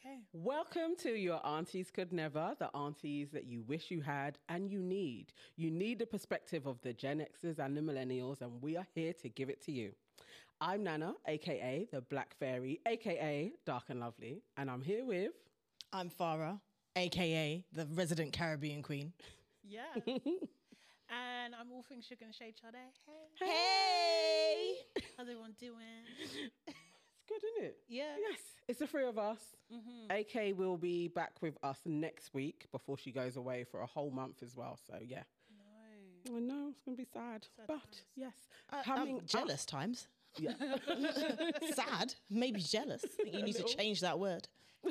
Okay. Welcome to Your Aunties Could Never, the aunties that you wish you had and you need. You need the perspective of the Gen Xers and the Millennials, and we are here to give it to you. I'm Nana, aka the Black Fairy, aka Dark and Lovely, and I'm here with. I'm Farah, aka the resident Caribbean queen. Yeah. and I'm all things sugar and shade Sade. Hey, Hey! how's everyone doing? It's good, isn't it? Yeah. Mm-hmm. Yes, it's the three of us. AK will be back with us next week before she goes away for a whole month as well. So, yeah. Oh, No. I know it's going to be sad, but times. Uh, yes, um, Coming coming up- jealous times. Yeah. Sad, maybe jealous. I think you need to change that word.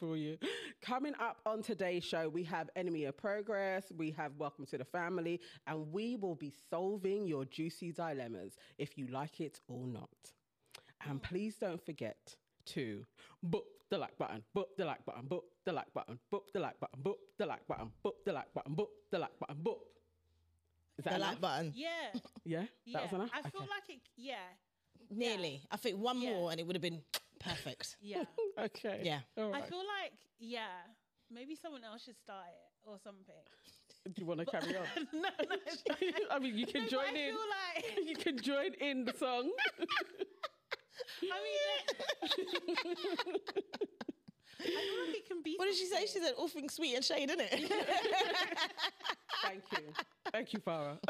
for you. Coming up on today's show, we have Enemy of Progress, we have Welcome to the Family, and we will be solving your juicy dilemmas if you like it or not. And Oh. please don't forget to book the like button, book the like button, book the like button, book the like button, book the like button, book the like button, book the like button, book. Is that The enough? like button. Yeah. Yeah, Yeah. that was enough. I feel Okay. like it yeah. Nearly. I think one Yeah. more and it would have been perfect. Yeah. okay. Yeah. All I right. feel like, yeah. Maybe someone else should start it or something. Do you want to carry on? no, no. I mean, you can But join I in. feel like you can join in the song. I mean I feel like it can be What did she say? She said all things sweet and shade, innit? it? Thank you. Thank you, Farah.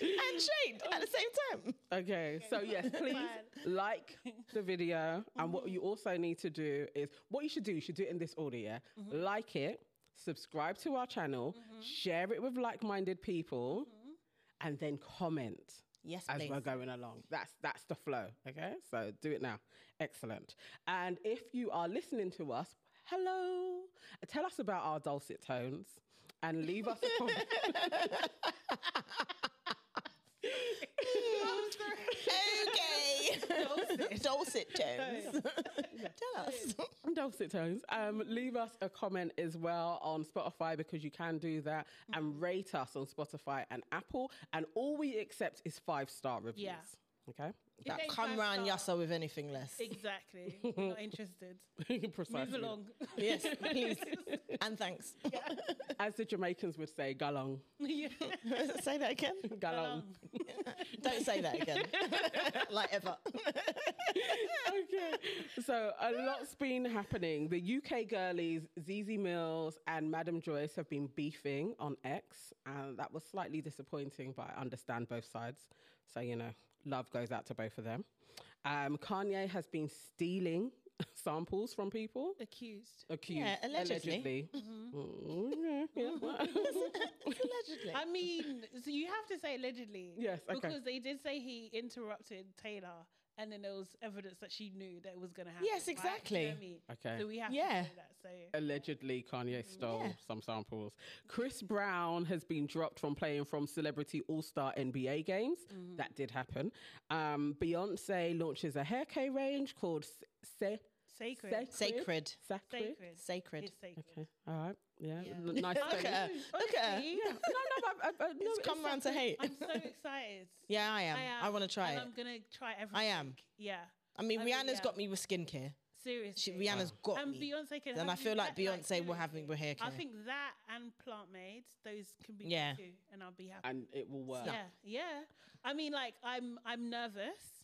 and shade at the same time. Okay, so yes, Fine. please like the video. And what you also need to do is what you should do, you should do it in this order, yeah? Like it, subscribe to our channel, share it with like minded people, and then comment. Yes, as please. we're going along. That's that's the flow. Okay, so do it now. Excellent. And if you are listening to us, hello. Tell us about our dulcet tones, and leave us a comment. okay. Dulcet tones. Tell us. dulcet tones. Um, leave us a comment as well on Spotify because you can do that, Mm-hmm. and rate us on Spotify and Apple. And all we accept is five star reviews. Yeah. Okay. If they Come five round star- Yasa with anything less. Exactly. We're not interested. Move Precisely. along. Yes, please. and thanks. As the Jamaicans would say, galong, yeah. say that again. galong. Don't say that again. like ever. okay. So a lot's been happening. The UK girlies, ZZ Mills and Madam Joyce have been beefing on X, and that was slightly disappointing, but I understand both sides. So, you know, love goes out to both of them. Um, Kanye has been stealing samples from people. Accused. Accused, Yeah, allegedly. Mm-hmm. Mm, yeah, yeah. Allegedly. I mean, so you have to say allegedly. Yes, okay. Because they did say he interrupted Taylor, and then there was evidence that she knew that it was going to happen. Yes, right? exactly. You know what I mean? Okay. So we have Yeah. to say that. So allegedly Kanye stole Yeah. some samples. Chris Brown has been dropped from playing from Celebrity All Star NBA games. That did happen. Um, Beyonce launches a hair care range called Se- Se- Sacred. Sacred. Sacred. sacred. Sacred. It's sacred. Okay. All right. Yeah. Yeah. L- Nice. Look thing. at her. Look at her. Honestly, No, no, but I, I, no, It's it's come round to hate. I'm so excited. Yeah, I am. I, want to try and it. I'm going to try everything. I am. Yeah. I mean, I mean, Rihanna's yeah. got me with skincare. Seriously. She, Rihanna's got and me. Beyonce can. Then I have feel you like that, Beyonce will have me seriously. with hair care. I think that and Plant Maids, those can be Yeah. yeah. too, and I'll be happy. And it will work. Yeah, yeah. I mean, like, I'm I'm nervous.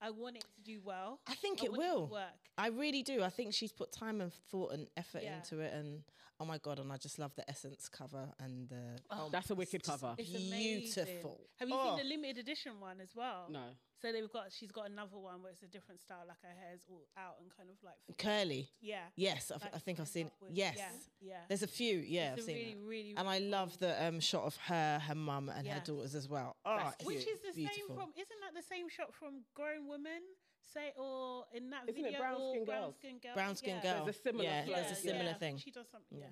I want it to do well. I think it want to will work. I really do. I think she's put time and thought and effort Yeah. into it, and oh my god! And I just love the Essence cover and the oh, That's a wicked cover. It's beautiful. Amazing. Have you Oh. seen the limited edition one as well? No. So they've got she's got another one where it's a different style, like her hair's all out and kind of like curly. yeah. Yes, I, Like I think I've stands seen. upwards. Yes, Yeah, yeah. There's a few. Yeah, It's I've a seen. really, that. really, and I love the um, shot of her, her mum, and her Yeah. daughters as well. Oh, That's it's Which is the beautiful. same from? Isn't that the same shot from Grown Women? Say or in that Isn't it video, Brown or Skin brown Girls? skin girl, Brown Skin yeah. Girl? There's a similar Yeah, flow. there's a similar yeah. thing. She does something. Yeah.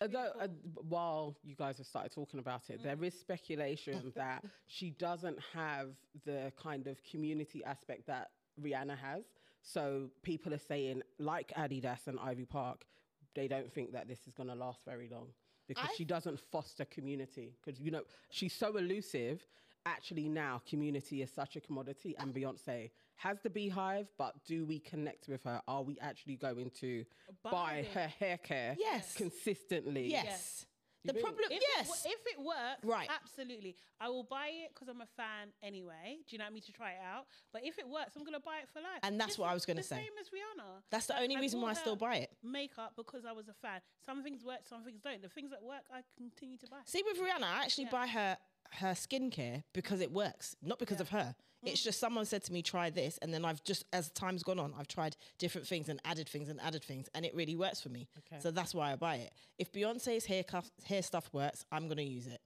Although, uh, while you guys have started talking about it, Mm. there is speculation that she doesn't have the kind of community aspect that Rihanna has. So people are saying, like Adidas and Ivy Park, they don't think that this is going to last very long because I- she doesn't foster community. Because, you know, she's so elusive. Actually, now community is such a commodity, and Beyonce has the beehive, but do we connect with her? Are we actually going to Buy buy it. her hair care Yes. consistently? Yes. You The think? problem, If it, yes. wo- if it works, Right. absolutely. I will buy it because I'm a fan anyway. Do you know what I mean? To try it out. But if it works, I'm going to buy it for life. And that's Just what I was gonna the say. Same as Rihanna. That's the only I reason bought why I still her buy it. Makeup because I was a fan. Some things work, some things don't. The things that work, I continue to buy. See, with Rihanna, I actually Yeah. buy her her skincare because it works, not because of her. It's Mm. just someone said to me, try this. And then I've just, as time's gone on, I've tried different things and added things and added things, and it really works for me. Okay. So that's why I buy it. If Beyonce's hair, cuff, hair stuff works, I'm going to use it.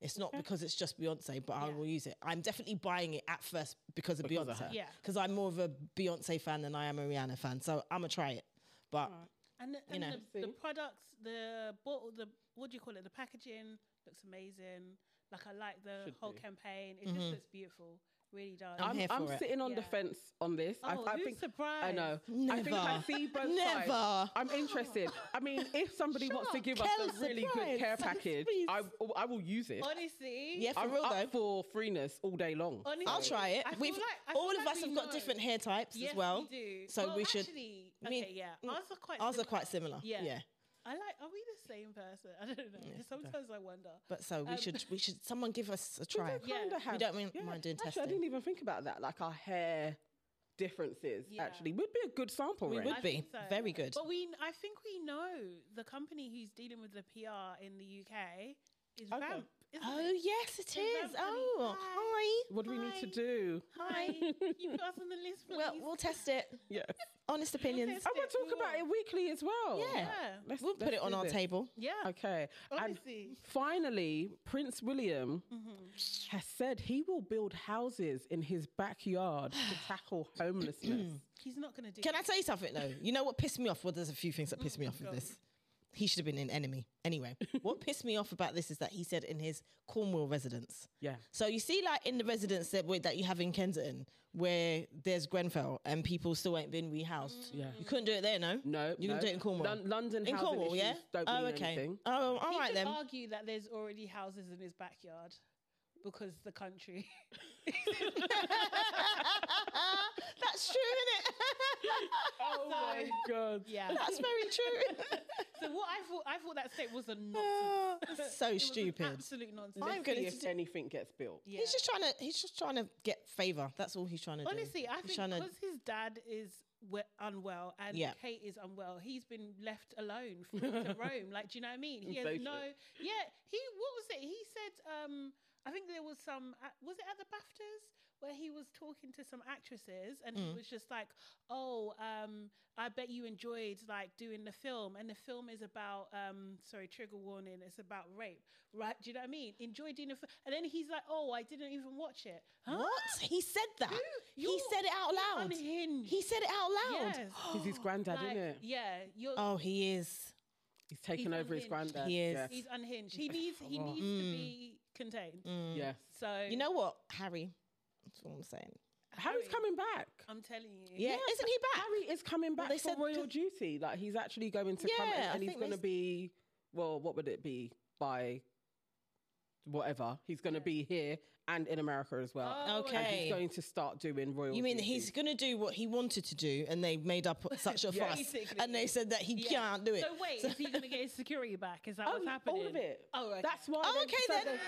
It's not because it's just Beyonce, but I Yeah. will use it. I'm definitely buying it at first because of Because of Beyonce. her. Yeah. Because I'm more of a Beyonce fan than I am a Rihanna fan. So I'm going to try it. But And, the, You and know. the, the See? products, the bottle, the what do you call it? The packaging looks amazing. Like I like the Should whole do. campaign. It just looks beautiful. Really does. Mm-hmm. I'm I'm, here I'm for it. sitting on the Yeah. fence on this. I, Oh, I who's think surprised? I know. I think I Never. see both sides. Never. I'm interested. I mean, if somebody wants to Sure. give us Kel's a really good care surprised. package, Please. I, I will use it. Honestly, Yeah, for I'm real though. up for freeness all day long. honestly, I'll try it. I feel We've like- I feel all of like us we have got know. different hair types Yes, as well. we do. so Well, we should- Actually, I mean, okay, yeah. mm, Ours are quite. Ours similar. are quite similar. Yeah. Yeah. I like. Are we the same person? I don't know. Sometimes I wonder. But so we Um, should we should someone give us a We try. don't Yeah. kinda We We have- don't mean, yeah. mind doing Actually, I testing. didn't even think about that. Like our hair differences Yeah. actually would be a good sample We range. would I be think so. very good. But we, I think we know the company who's dealing with the PR in the UK is Okay. Vamp. isn't Oh it? yes, it So is. Vamp, honey, Oh, hi. hi. What do we need to Hi. do? Hi. you put us on the list, please. Well, we'll test it. Yes. Honest opinions. test I'm going it, to talk we about will. it weekly as well. Yeah. Yeah. Let's- We'll put let's it on do our this. table. Yeah. Okay. And Honestly. finally, Prince William has said he will build houses in his backyard to tackle homelessness. He's not going to do Can it. I tell you something though? You know what pissed me off? Well, there's a few things that Mm, pissed me off with this. He should have been an enemy. Anyway, what pissed me off about this is that he said in his Cornwall residence. yeah. So you see, like in the residence that we- that you have in Kensington, where there's Grenfell and people still ain't been Mm. rehoused. Yeah. you couldn't do it there, no. No. you no. can do it in Cornwall. Lon- London in housing Cornwall, issues yeah. don't oh, mean okay. anything. Oh, all He right could then. argue that there's already houses in his backyard because the country. That's true, isn't it? Oh my God. yeah. That's very true. So what I thought, I thought that statement was a nonsense. Ah, so It was an stupid. Absolute nonsense. I'm going See to. if anything gets built. Yeah. He's just trying to. He's just trying to get favor. That's all he's trying to Honestly, do. I He's think tryna- because his dad is we- unwell and Yeah. Kate is unwell, he's been left alone free to roam. Like, do you know what I mean? He has Social. no. Yeah, he. What was it? He said. Um, I think there was some. At, was it at the Baftas where he was talking to some actresses and Mm. he was just like, "Oh, um, I bet you enjoyed like doing the film, and the film is about. Um, sorry, trigger warning. It's about rape, right? Do you know what I mean? Enjoy doing the film, and then he's like, "Oh, I didn't even watch it. Huh? What he said that. He You're- said it out you're loud. Unhinged. He said it out loud. Yes. He's his granddad, Like, isn't it? Yeah, you're, Oh, he is. He's taken he's over his unhinged. granddad. He is. Yes. he's unhinged. He needs he Oh. needs to be contained. yes. So Mm. You know what, Harry? That's what I'm saying. Harry's coming back. I'm telling you. Yeah, isn't he back? Harry is coming back they for said royal to- duty. Like he's actually going to come Yeah, I and, and he's think they going to s- be. Well, what would it be by? Whatever he's going to be here and in America as well. Oh, Okay. And he's going to start doing royal. You mean duty. he's going to do what he wanted to do, and they made up such a Yeah. fuss, Basically. and they said that he Yeah. can't do it. So wait, is he going to get his security back? Is that Oh, what's happening? All of it. Oh, okay. That's why. Oh, they've okay decided then.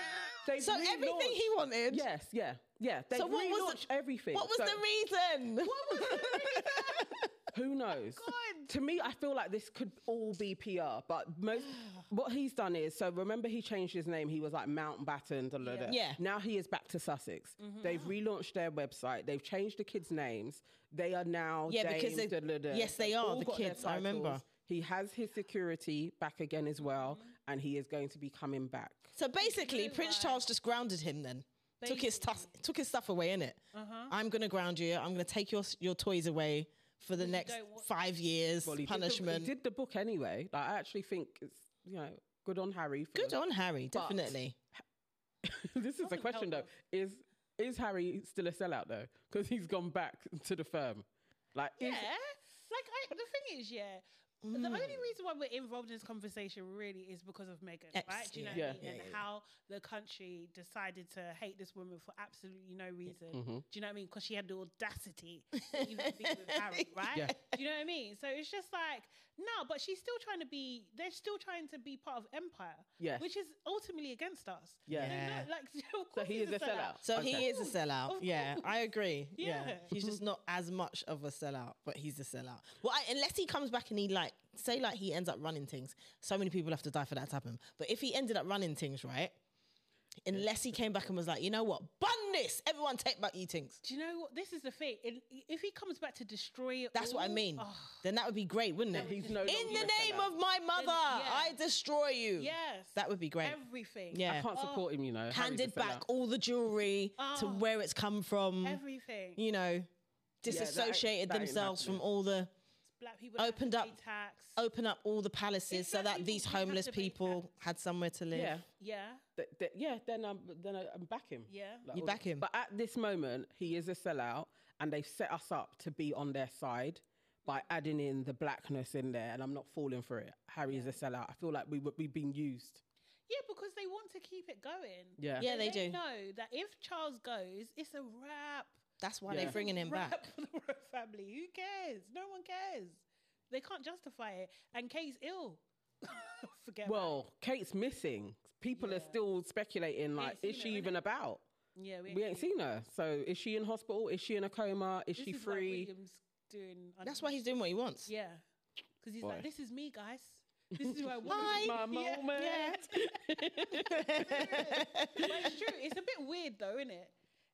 they've so everything relaunched- he wanted. Yes. Yeah. Yeah. They So what was relaunched the, everything. What was So the reason? What was the Who knows? God. To me, I feel like this could all be PR, but most what he's done is so remember he changed his name. He was like Mountbatten. da, da, da. Yeah. Mm-hmm. Now he is back to Sussex. They've relaunched their website. They've changed the kids' names. They are now Yeah, because Dames, they- da, da, da. yes, they They've are, all the got their kids, I remember. titles. He has his security back again as well, Mm-hmm. and he is going to be coming back. so basically, know Prince why? Charles just grounded him. Then took his stuff, took his stuff away. In it, Uh-huh. I'm going to ground you. I'm going to take your s- your toys away for the next don't want- five years. Well, he did the- punishment. he did the book anyway. Like, I actually think it's you know good on Harry. For Good on Harry, But- definitely. this is the Doesn't question though. help Is is Harry still a sellout though? Because he's gone back to the firm. Like, Yeah. is, Like I, the thing is, yeah. The Mm. only reason why we're involved in this conversation really is because of Meghan, Ex- right? Do you know yeah. what I mean? Yeah, and yeah, yeah. how the country decided to hate this woman for absolutely no reason. Mhm. Do you know what I mean? Because she had the audacity to even be with Harry, right? Yeah. Do you know what I mean? So it's just like, no, but she's still trying to be, they're still trying to be part of empire, Yeah. which is ultimately against us. Yeah. You know, Yeah. like, of So course he he's is a sellout. So Okay. he is a course, sellout. of Yeah, I course. agree. Yeah. Yeah. He's just not as much of a sellout, but he's a sellout. Well, I, unless he comes back and he like say like he ends up running things. So many people have to die for that to happen. But if he ended up running things, right? Unless he came back and was like, you know what, bun this. Everyone take back you things. Do you know what? This is the thing. It, if he comes back to destroy it, That's what I all, mean. oh, Then that would be great, wouldn't That it? he's no In longer the a name sellout. of my mother, yeah. I destroy you. yes. That would be great. everything. Yeah. I can't support him, you know. Harry's a Handed back sellout. all the jewelry to Oh. where it's come from. Everything. you know, disassociated that ain't themselves from happening. all the Black people don't have to Opened up- pay tax. open up all the palaces so Exactly, that these we have homeless to pay people had somewhere to live. Yeah. Yeah, Th- th- yeah, then I'm then I- I'm back him. yeah. Like, You all- back him. But at this moment, he is a sellout, and they've set us up to be on their side by adding in the blackness in there, and I'm not falling for it. Harry is a sellout. I feel like we were- we've been used. Yeah, because they want to keep it going. Yeah. Yeah, they do. know that if Charles goes, it's a wrap. That's why Yeah. they're bringing him Wrap back. for the royal family. Who cares? No one cares. They can't justify it. And Kate's ill. Forget. about Well, Kate's missing. People are Yeah. still speculating. Like, seen is her, she innit? even about? it. yeah, We ain't seen her. So, is she in hospital? Is she in a coma? Is This she is what free? William's doing. That's why he's doing what he wants. Yeah, because he's like, Boy. this is me, guys. This is who I want. Hi. My Yeah, moment. yeah. but it's true. It's a bit weird though, isn't it?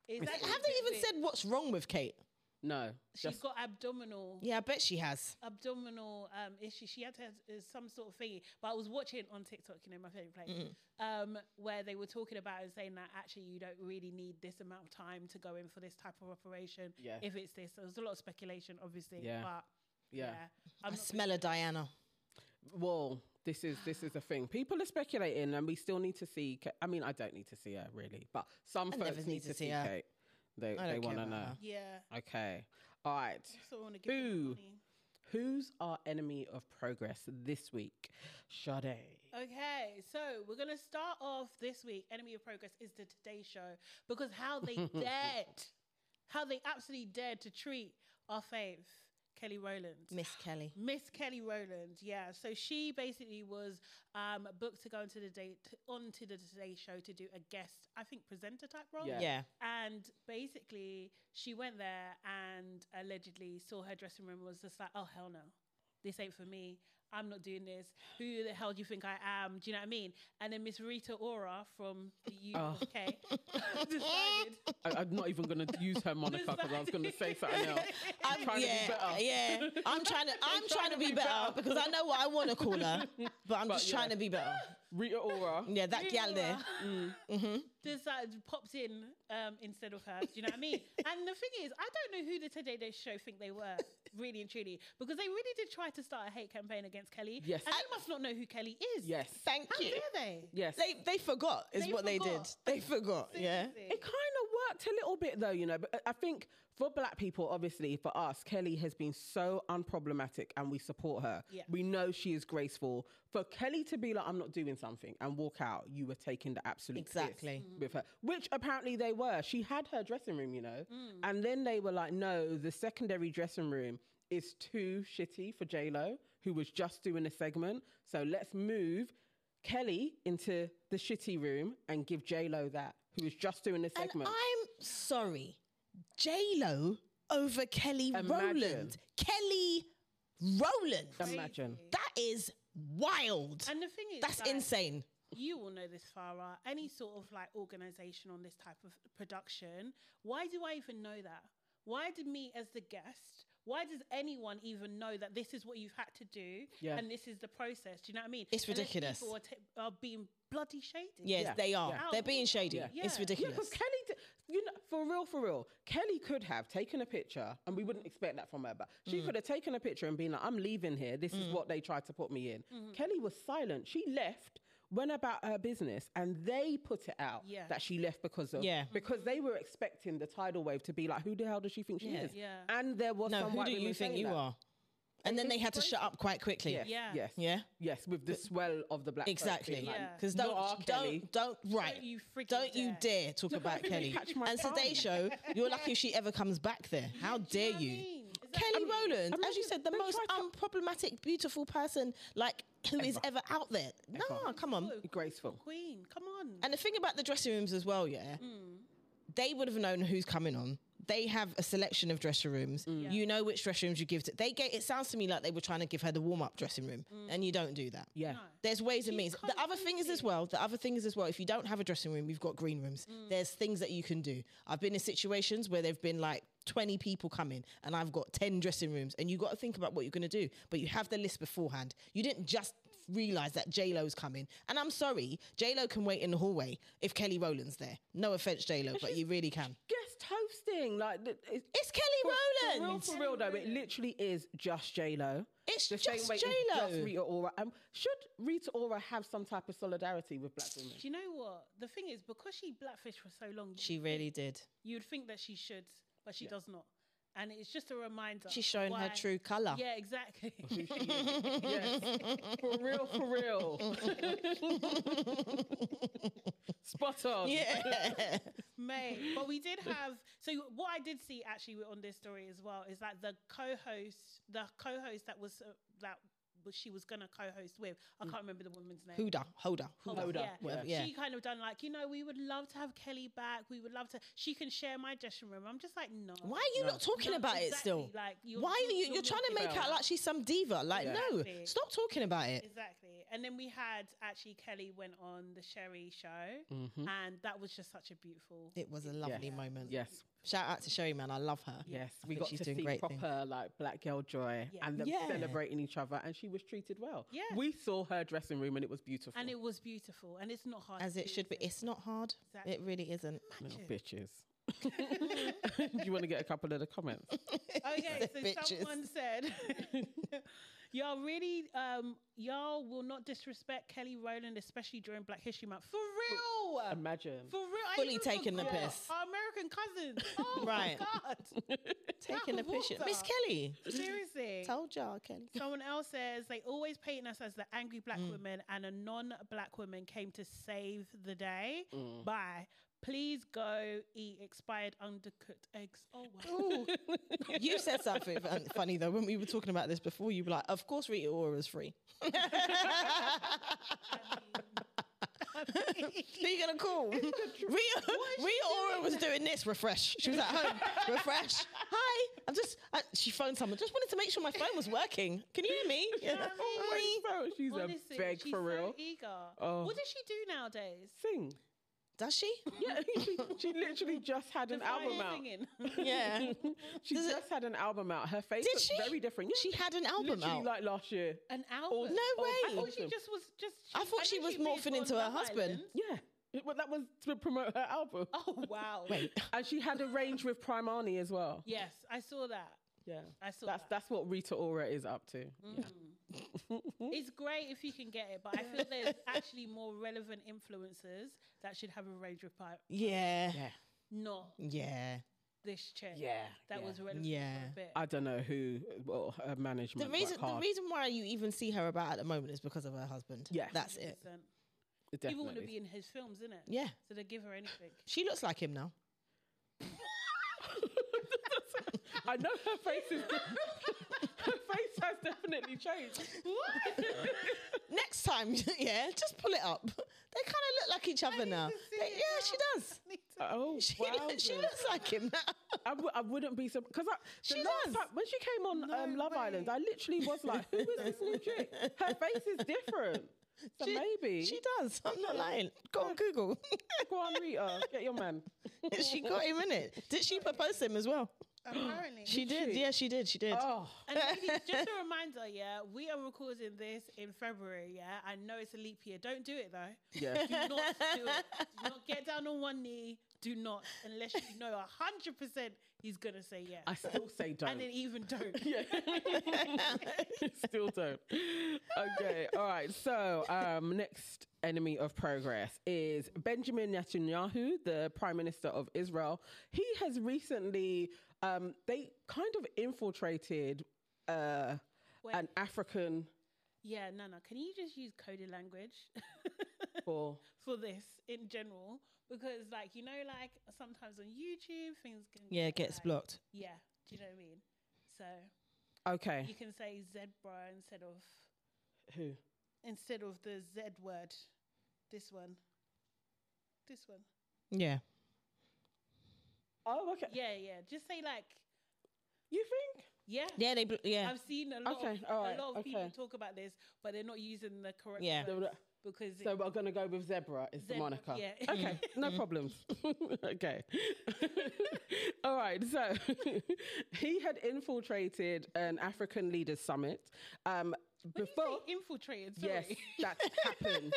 It's Like, actually have a they bit even weird. said what's wrong with Kate? no, she's just got abdominal Yeah, I bet she has. abdominal um issue? She had to have uh, some sort of thingy. But I was watching on TikTok, you know, my favorite place, Mm-hmm. um, where they were talking about and saying that actually you don't really need this amount of time to go in for this type of operation. Yeah. If it's this, there's a lot of speculation, obviously. Yeah. But yeah, yeah. I'm i not smell a Diana. Well, this is this is the thing. People are speculating, and we still need to see. Ka- I mean, I don't need to see her really, but some I folks never need, to see, her. Kate. They I they don't care want to about know. her. yeah. Okay, all right. So I want to give them Boo. money. Who's our enemy of progress this week? Sade. Okay, so we're gonna start off this week. Enemy of Progress is the Today Show because how they dared, how they absolutely dared to treat our fave Kelly Rowland. Miss Kelly. Miss Kelly Rowland, yeah. So she basically was um, booked to go into the date onto the Today Show to do a guest, I think, presenter type role. Yeah. Yeah. And basically, she went there and allegedly saw her dressing room and was just like, "Oh hell no, this ain't for me. I'm not doing this. Who the hell do you think I am? Do you know what I mean?" And then Miss Rita Ora from the Oh. UK decided. I, I'm not even going to use her moniker because I was going to say something else. I'm trying to be yeah, better. yeah. I'm trying to. I'm, trying, to be, better, because I know what I want to call her, but I'm just trying yeah. to be better. Rita Ora. Yeah, that Rita gal there. Mm-hmm. Ora. just like popped in um, instead of her. Do you know what I mean? and the thing is, I don't know who the Today Day Show think they were, really and truly, because they really did try to start a hate campaign against Kelly. Yes. and they must not know who Kelly is. Yes. Thank how you. dare they? Yes. They they forgot is They what they did. forgot. They forgot. Yeah. Seriously. It kind of worked a little bit though, you know. But uh, I- I think for black people, obviously, for us, Kelly has been so unproblematic and we support her. Yeah. We know she is graceful. For Kelly to be like, I'm not doing something and walk out, you were taking the absolute piss Exactly. Mm. with her, which apparently they were. She had her dressing room, you know. And then they were like, no, the secondary dressing room is too shitty for Lo, who was just doing a segment. So let's move. Kelly into the shitty room and give J Lo that, who was just doing a And segment. I'm sorry, J Lo over Kelly Rowland. Kelly Rowland. Imagine. That is wild. And the thing is, That's like, insane. You will know this, Farah. Any sort of like organization on this type of production, why do I even know that? Why did me as the guest? Why does anyone even know that this is what you've had to do Yeah. and this is the process? Do you know what I mean? It's And then ridiculous. People are, t- are being bloody shady. Yes, Yeah. they are. Yeah. They're being shady. Yeah. It's Yeah. Yeah, ridiculous. because Kelly, d- you know, for real, for real, Kelly could have taken a picture, and we wouldn't expect that from her, but Mm. she could have taken a picture and been like, I'm leaving here. This is what they tried to put me in. Mm-hmm. Kelly was silent. She left. Went about her business, and they put it out Yeah. that she left because of Yeah. because they were expecting the tidal wave to be like, who the hell does she think she Yeah. is? Yeah. And there was no, some who white do women you think saying you that. are? and then they had to shut up quite quickly. Yes, Yeah. yes, Yeah, yes, with the swell of the black folk exactly. thing, like, Yeah. Because Not don't, R. Kelly. don't, don't, right. Don't you freaking Don't you dare talk about even Kelly. catch my And tongue. Today Show, you're lucky if she ever comes back there. How dare you? Kelly Rowland, as you imagine said, the they most tried to- unproblematic, beautiful person like who is ever out there. Nah, come on. graceful. Queen, come on. And the thing about the dressing rooms as well, yeah, Mm. they would have known who's coming on. They have a selection of dressing rooms. Mm. You know which dressing rooms you give to. They get. It sounds to me like they were trying to give her the warm up dressing room, Mm. and you don't do that. Yeah, There's ways and means. The other constantly thing is as well, the other thing is as well, if you don't have a dressing room, you've got green rooms. Mm. There's things that you can do. I've been in situations where there've been like 20 people coming and I've got 10 dressing rooms and you got to think about what you're going to do, but you have the list beforehand. You didn't just realize that J-Lo's coming. And I'm sorry, J-Lo can wait in the hallway if Kelly Rowland's there. No offense J-Lo, but you really can. guest hosting, like th- it's, It's Kelly for real, Rowland. for real though. It literally is just J Lo. It's The same just way J-Lo. it's just Rita Ora. Um, should Rita Ora have some type of solidarity with black women? Do you know what? The thing is, because she blackfished for so long, She really did. you'd think that she should, but she does not. And it's just a reminder. She's showing her why- true color. Yeah, exactly. yes, for real, for real. Spot on. yeah. May. But we did have so what I did see actually on this story as well is that the co-host, the co-host that was uh, that was, she was gonna co-host with, I can't remember the woman's name. Huda, Hoda, Huda. Hoda, whatever, Yeah. yeah. She kind of done like, you know, we would love to have Kelly back. We would love to. She can share my dressing room. I'm just like, no. Why are you not talking No, about it exactly, still? Like, you're, Why are you? You're, you're trying to milking make it. out like she's some diva. Like, Yeah. no, Exactly. stop talking about Eh. it. Exactly. And then we had actually Kelly went on the Sherry show, Mm-hmm. Mhm. and that was just such a beautiful. It was a lovely moment. Yes. Shout out to Sherry, man. I love her. Yes, I we think got she's to doing see great proper things. like black girl joy Yeah. and them Yeah. celebrating each other, and she was treated well. Yeah. we saw her dressing room and it was beautiful. and it was beautiful, and it's not hard As to it do, should be. is it? It's not hard. Exactly. It really isn't. Little Imagine. bitches. Do you want to get a couple of the comments? Okay, so bitches. someone said, "Y'all really, um, y'all will not disrespect Kelly Rowland, especially during Black History Month. For real, Imagine. for real. I Fully even taking the forgot piss. Our American cousins. Oh Right. my god, Taking a That picture. water. Miss Kelly. seriously. Told y'all, Kelly. Someone else says they always paint us as the angry black women, and a non-black woman came to save the day. Bye. Please go eat expired undercooked eggs. Oh wow. You said something fun- funny though when we were talking about this before. You were like, "Of course, Rita Ora is free." Who you gonna call? Rita, Rita Ora was doing this. Refresh. She was at home. Refresh. Hi. I'm just. I, she phoned someone. Just wanted to make sure my phone was working. Can you hear me? Yeah. what Oh, I Hi. mean? Bro, she's Honestly, a beg she's for so real. eager. Oh. What does she do nowadays? Sing. Does she? Yeah, she, she literally just had an Define album out. singing. Yeah. She Does it- just had an album out. Her face Did looks she? very different. Yeah, She had an album literally out. like last year. An album. no oh, way. I thought she Awesome. just was just. I thought she knew was she'd been morphing on into her Love husband. Island. Yeah, It- well, that was to promote her album. Oh wow. Wait. And she had a range with Primani as well. Yes, I saw that. Yeah, I saw that's that. Mm. that's what Rita Ora is up to. It's great if you can get it, but I feel there's actually more relevant influencers that should have a range of pipe, Yeah. Yeah. not Yeah. this chair. Yeah, That yeah. was relevant for Yeah. a bit. I don't know who. Well, her management. The reason worked the hard. reason why you even see her about at the moment is because of her husband. Yeah. That's it. People want to Definitely. be in his films, isn't it? Yeah. So they give her anything. She looks like him now. I know her face is. her face has definitely changed. Next time, yeah, just pull it up. They kind of look like each other now. to see They- it yeah, now. she does. Oh, She, look- she wowzers. looks like him now. I, w- I wouldn't be surprised because She does. when she came on um, Love Island, I literally was like, "Who is this new chick? Her face is different." So She- maybe She does. I'm not lying. Go on Google. go on, Rita, get your man. she got him in it. Did she propose to him as well? Apparently. She did. Yeah, she did. She did. Oh, And ladies, just a reminder, yeah, we are recording this in February, yeah. I know it's a leap year. Don't do it though. yeah. Do not do it. Do not get down on one knee. Do not, unless you know hundred percent he's gonna say yeah. I still say and don't. then even don't. Yeah. Still don't. Okay. All right. So, um, next enemy of progress is Benjamin Netanyahu, the Prime Minister of Israel. He has recently, um, they kind of infiltrated uh, Wait, an African yeah, Nana, can you just use coded language for for this in general? Because, like, you know, like sometimes on YouTube, things can Yeah, it gets like- blocked. Yeah, do you know what I mean? So okay you can say zebra instead of who instead of the Z word. This one. This one. Yeah. oh okay Yeah, yeah. Just say like you think yeah. Yeah, they blo- yeah. I've seen a lot Okay, of all right, a lot of people okay. talk about this, but they're not using the correct Yeah. So words the- because it- so we're gonna go with zebra is the Zebra, moniker yeah. okay no problems okay all right so he had infiltrated an african leaders summit um when before you say infiltrated, Yes, sorry. that's happened.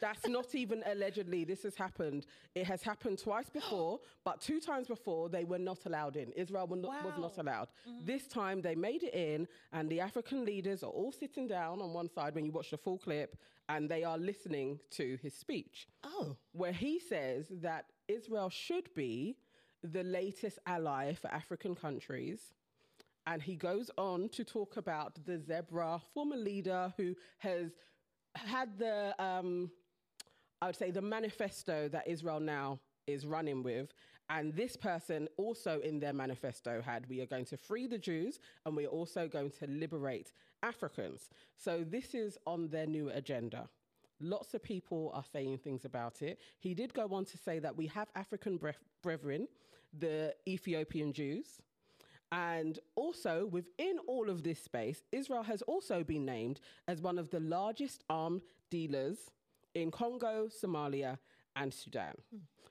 That's not even allegedly. This has happened. It has happened twice before, but two times before they were not allowed in. Israel were not, was not Wow. Mm-hmm. allowed. This time they made it in, and the African leaders are all sitting down on one side when you watch the full clip, and they are listening to his speech, Oh. where he says that Israel should be the latest ally for African countries. And he goes on to talk about the zebra, former leader who has had the, um, I would say, the manifesto that Israel now is running with. And this person also in their manifesto had, we are going to free the Jews and we are also going to liberate Africans. So this is on their new agenda. Lots of people are saying things about it. He did go on to say that we have African bref- brethren, the Ethiopian Jews, and also, within all of this space, Israel has also been named as one of the largest armed dealers in Congo, Somalia, and Sudan.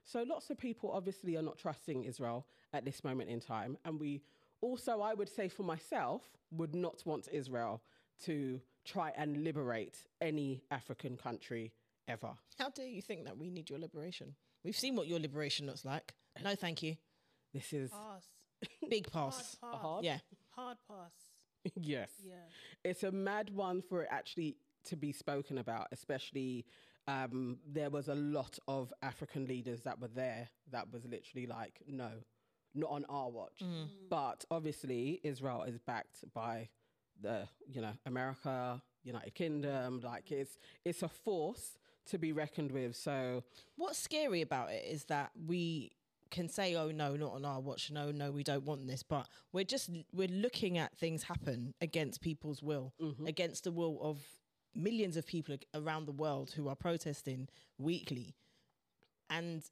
So, lots of people obviously are not trusting Israel at this moment in time. And we also, I would say for myself, would not want Israel to try and liberate any African country ever. How do you think that we need your liberation? We've seen what your liberation looks like. No, thank you. This is, Pass. Big Hard pass. pass. hard- Yeah. Hard pass. yes. Yeah. it's a mad one for it actually to be spoken about, especially um, there was a lot of African leaders that were there that was literally like, no, not on our watch. Mm. But obviously, Israel is backed by the, you know, America, United Kingdom. Like it's it's a force to be reckoned with. So What's scary about it is that we can say, "Oh no, not on our watch. No, no, we don't want this." But we're just we're looking at things happen against people's will, against the will of millions of people ag- around the world who are protesting weekly. And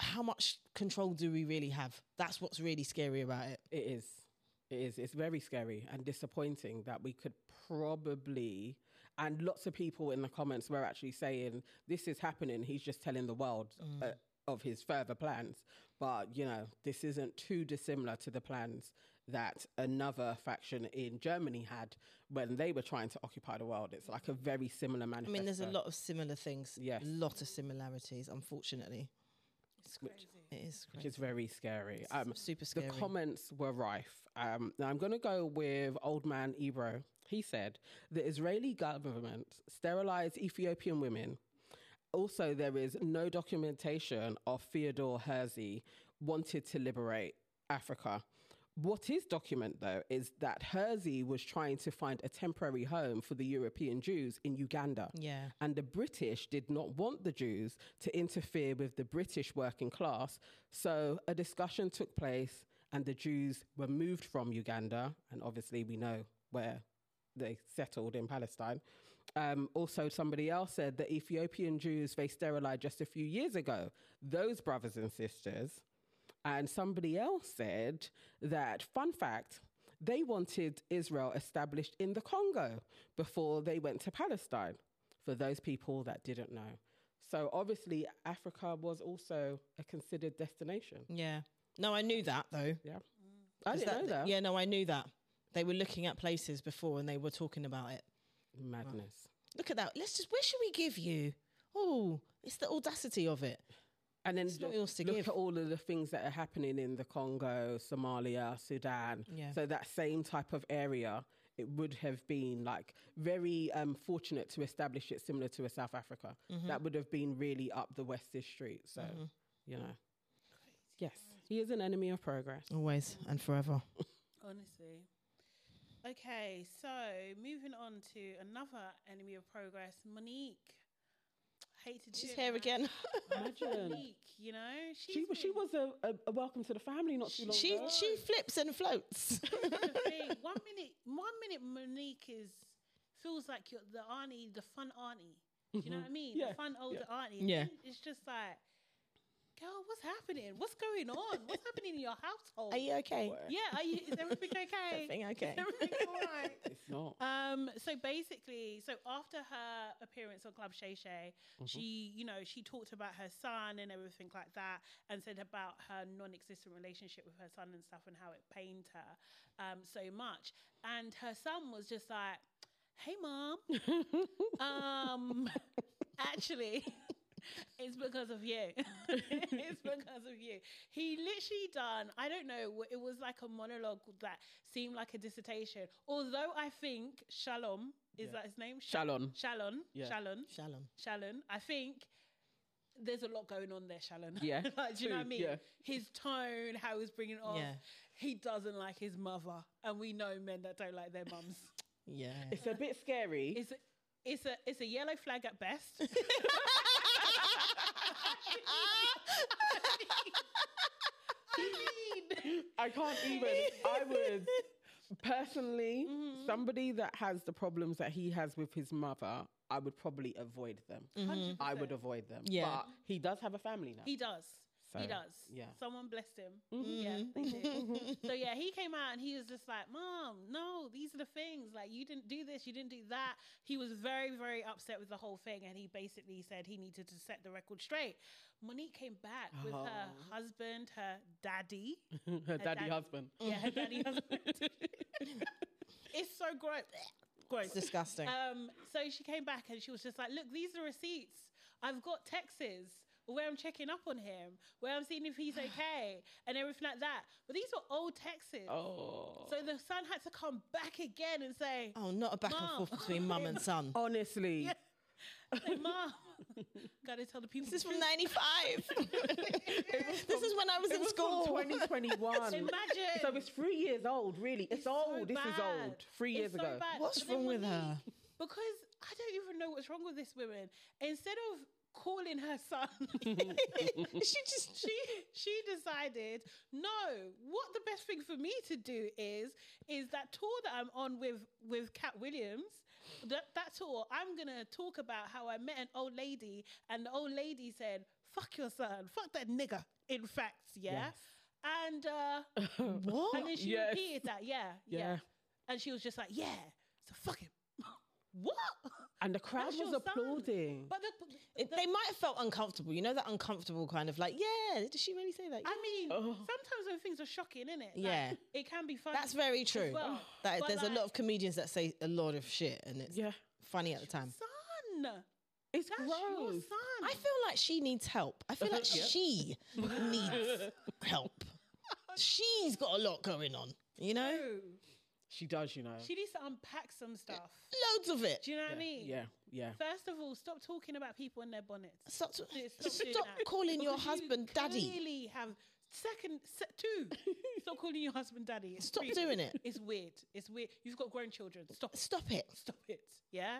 how much control do we really have? That's what's really scary about it. It is. It is. It's very scary and disappointing that we could probably. And lots of people in the comments were actually saying this is happening. He's just telling the world uh, Mm. of his further plans. But you know, this isn't too dissimilar to the plans that another faction in Germany had when they were trying to occupy the world. It's like a very similar I manifesto. mean, there's a lot of similar things. Yes. a lot of similarities. Unfortunately, It's crazy. it is which crazy. is very scary. Um, super the scary. comments were rife. Um, now I'm going to go with old man Ebro. He said the Israeli government sterilized Ethiopian women. Also, there is no documentation of Theodore Herzl wanted to liberate Africa. What is document though is that Herzl was trying to find a temporary home for the European Jews in Uganda yeah. and the British did not want the Jews to interfere with the British working class. So a discussion took place, and the Jews were moved from Uganda, and obviously we know where they settled in Palestine. Um, also, somebody else said that Ethiopian Jews they sterilized just a few years ago. Those brothers and sisters. And somebody else said that, fun fact, they wanted Israel established in the Congo before they went to Palestine, for those people that didn't know. So obviously, Africa was also a considered destination. Yeah. No, I knew that though. Yeah. I 'Cause didn't know that. Yeah, no, I knew that. They were looking at places before and they were talking about it. Madness. Look at that. Let's just, where should we give you? Oh, it's the audacity of it. And then It's not look, yours to look give. at all of the things that are happening in the Congo, Somalia, Sudan. Yeah. So that same type of area, it would have been like very um, fortunate to establish it similar to a South Africa. Mm-hmm. That would have been really up the West's street. So, you know, yes, he is an enemy of progress. Always and forever. Honestly. Okay, so on to another enemy of progress, Monique. Hate to do She's it, here man. again. Imagine. Monique, you know, she's She was she been- was a, a, a welcome to the family not too long she ago. she flips and floats. This is the thing. One minute, one minute, Monique is feels like you're the auntie, the fun auntie. Do you know what I mean? Mm-hmm. Yeah, The fun older auntie. Yeah. Then It's just like, girl, what's happening? What's going on? What's happening in your household? Are you okay? yeah, are you? Is everything okay? Everything Is okay? everything all right? It's not. Um, so basically, so after her appearance on Club Shay Shay, Mm-hmm. she, you know, she talked about her son and everything like that, and said about her non-existent relationship with her son and stuff, and how it pained her um, so much. And her son was just like, "Hey, mom, um, actually." It's because of you. it's because of you. He literally done, I don't know, wh- it was like a monologue that seemed like a dissertation. Although I think Shalom, is Yeah. that his name? Sha- Shalon. Shalon. Yeah. Shalon. Shalom. Shalon. I think there's a lot going on there, Shalon. Yeah, like, do you know what I true, mean? yeah. His tone, how he's bringing it off. Yeah. He doesn't like his mother. And we know men that don't like their mums. Yeah. It's a bit scary. It's a, it's a it's a yellow flag at best. I can't even. I would personally, Mm-hmm. somebody that has the problems that he has with his mother, I would probably avoid them. I would avoid them. Yeah. But he does have a family now. Mm-hmm. He does. So, he does. yeah. Mm-hmm. Someone blessed him. Mm-hmm. Yeah, they did. so yeah, he came out and he was just like, "Mom, no, these are the things. Like you didn't do this, you didn't do that." He was very, very upset with the whole thing, and he basically said he needed to set the record straight. Monique came back with her Oh. husband, her daddy. Her daddy dad- husband. Yeah, her daddy husband. it's so gross. Gross. It's disgusting. Um, so she came back and she was just like, "Look, these are receipts. I've got texts where I'm checking up on him, where I'm seeing if he's okay, and everything like that." But these were old texts, Oh. so the son had to come back again and say, oh, not a back and Mom. forth between mum and son. Honestly. "Hey, mom, gotta tell the people." This is the from truth." '95. this is when I was It in was school. from 2021. Imagine. So it's three years old, really. It's, so old. this is bad. old. Three years It's so ago. bad. What's But then wrong with Monique- her? Because I don't even know what's wrong with this woman. Instead of calling her son. she just she she decided no what the best thing for me to do is is that tour that i'm on with with cat williams that that tour i'm gonna talk about how i met an old lady and the old lady said fuck your son fuck that nigger in fact yeah Yes. and uh what? and then she Yes. repeated that yeah, yeah Yeah. and she was just like yeah so fuck him what And the crowd That's was your son. applauding. but the, It- they might have felt uncomfortable. You know that uncomfortable kind of like, yeah. Did she really say that? I mean, Oh. sometimes when things are shocking, innit? Like, Yeah. it can be funny. That's very true. well. That But there's a like- lot of comedians that say a lot of shit, and it's yeah. funny at the time. son. It's That's your gross. son. I feel like she needs help. I feel like Yep. she needs help. She's got a lot going on, you know? True. She does, you know. She needs to unpack some stuff. Loads of it. Do you know what yeah. I mean? yeah. Yeah. First of all, stop talking about people in their bonnets. Stop, Dude, stop, doing that. calling your Because you husband daddy. Clearly have second se- two. stop calling your husband daddy. It's Stop creepy. doing it. It's weird. It's weird. You've got grown children. Stop. it. Stop it. Stop it. Yeah.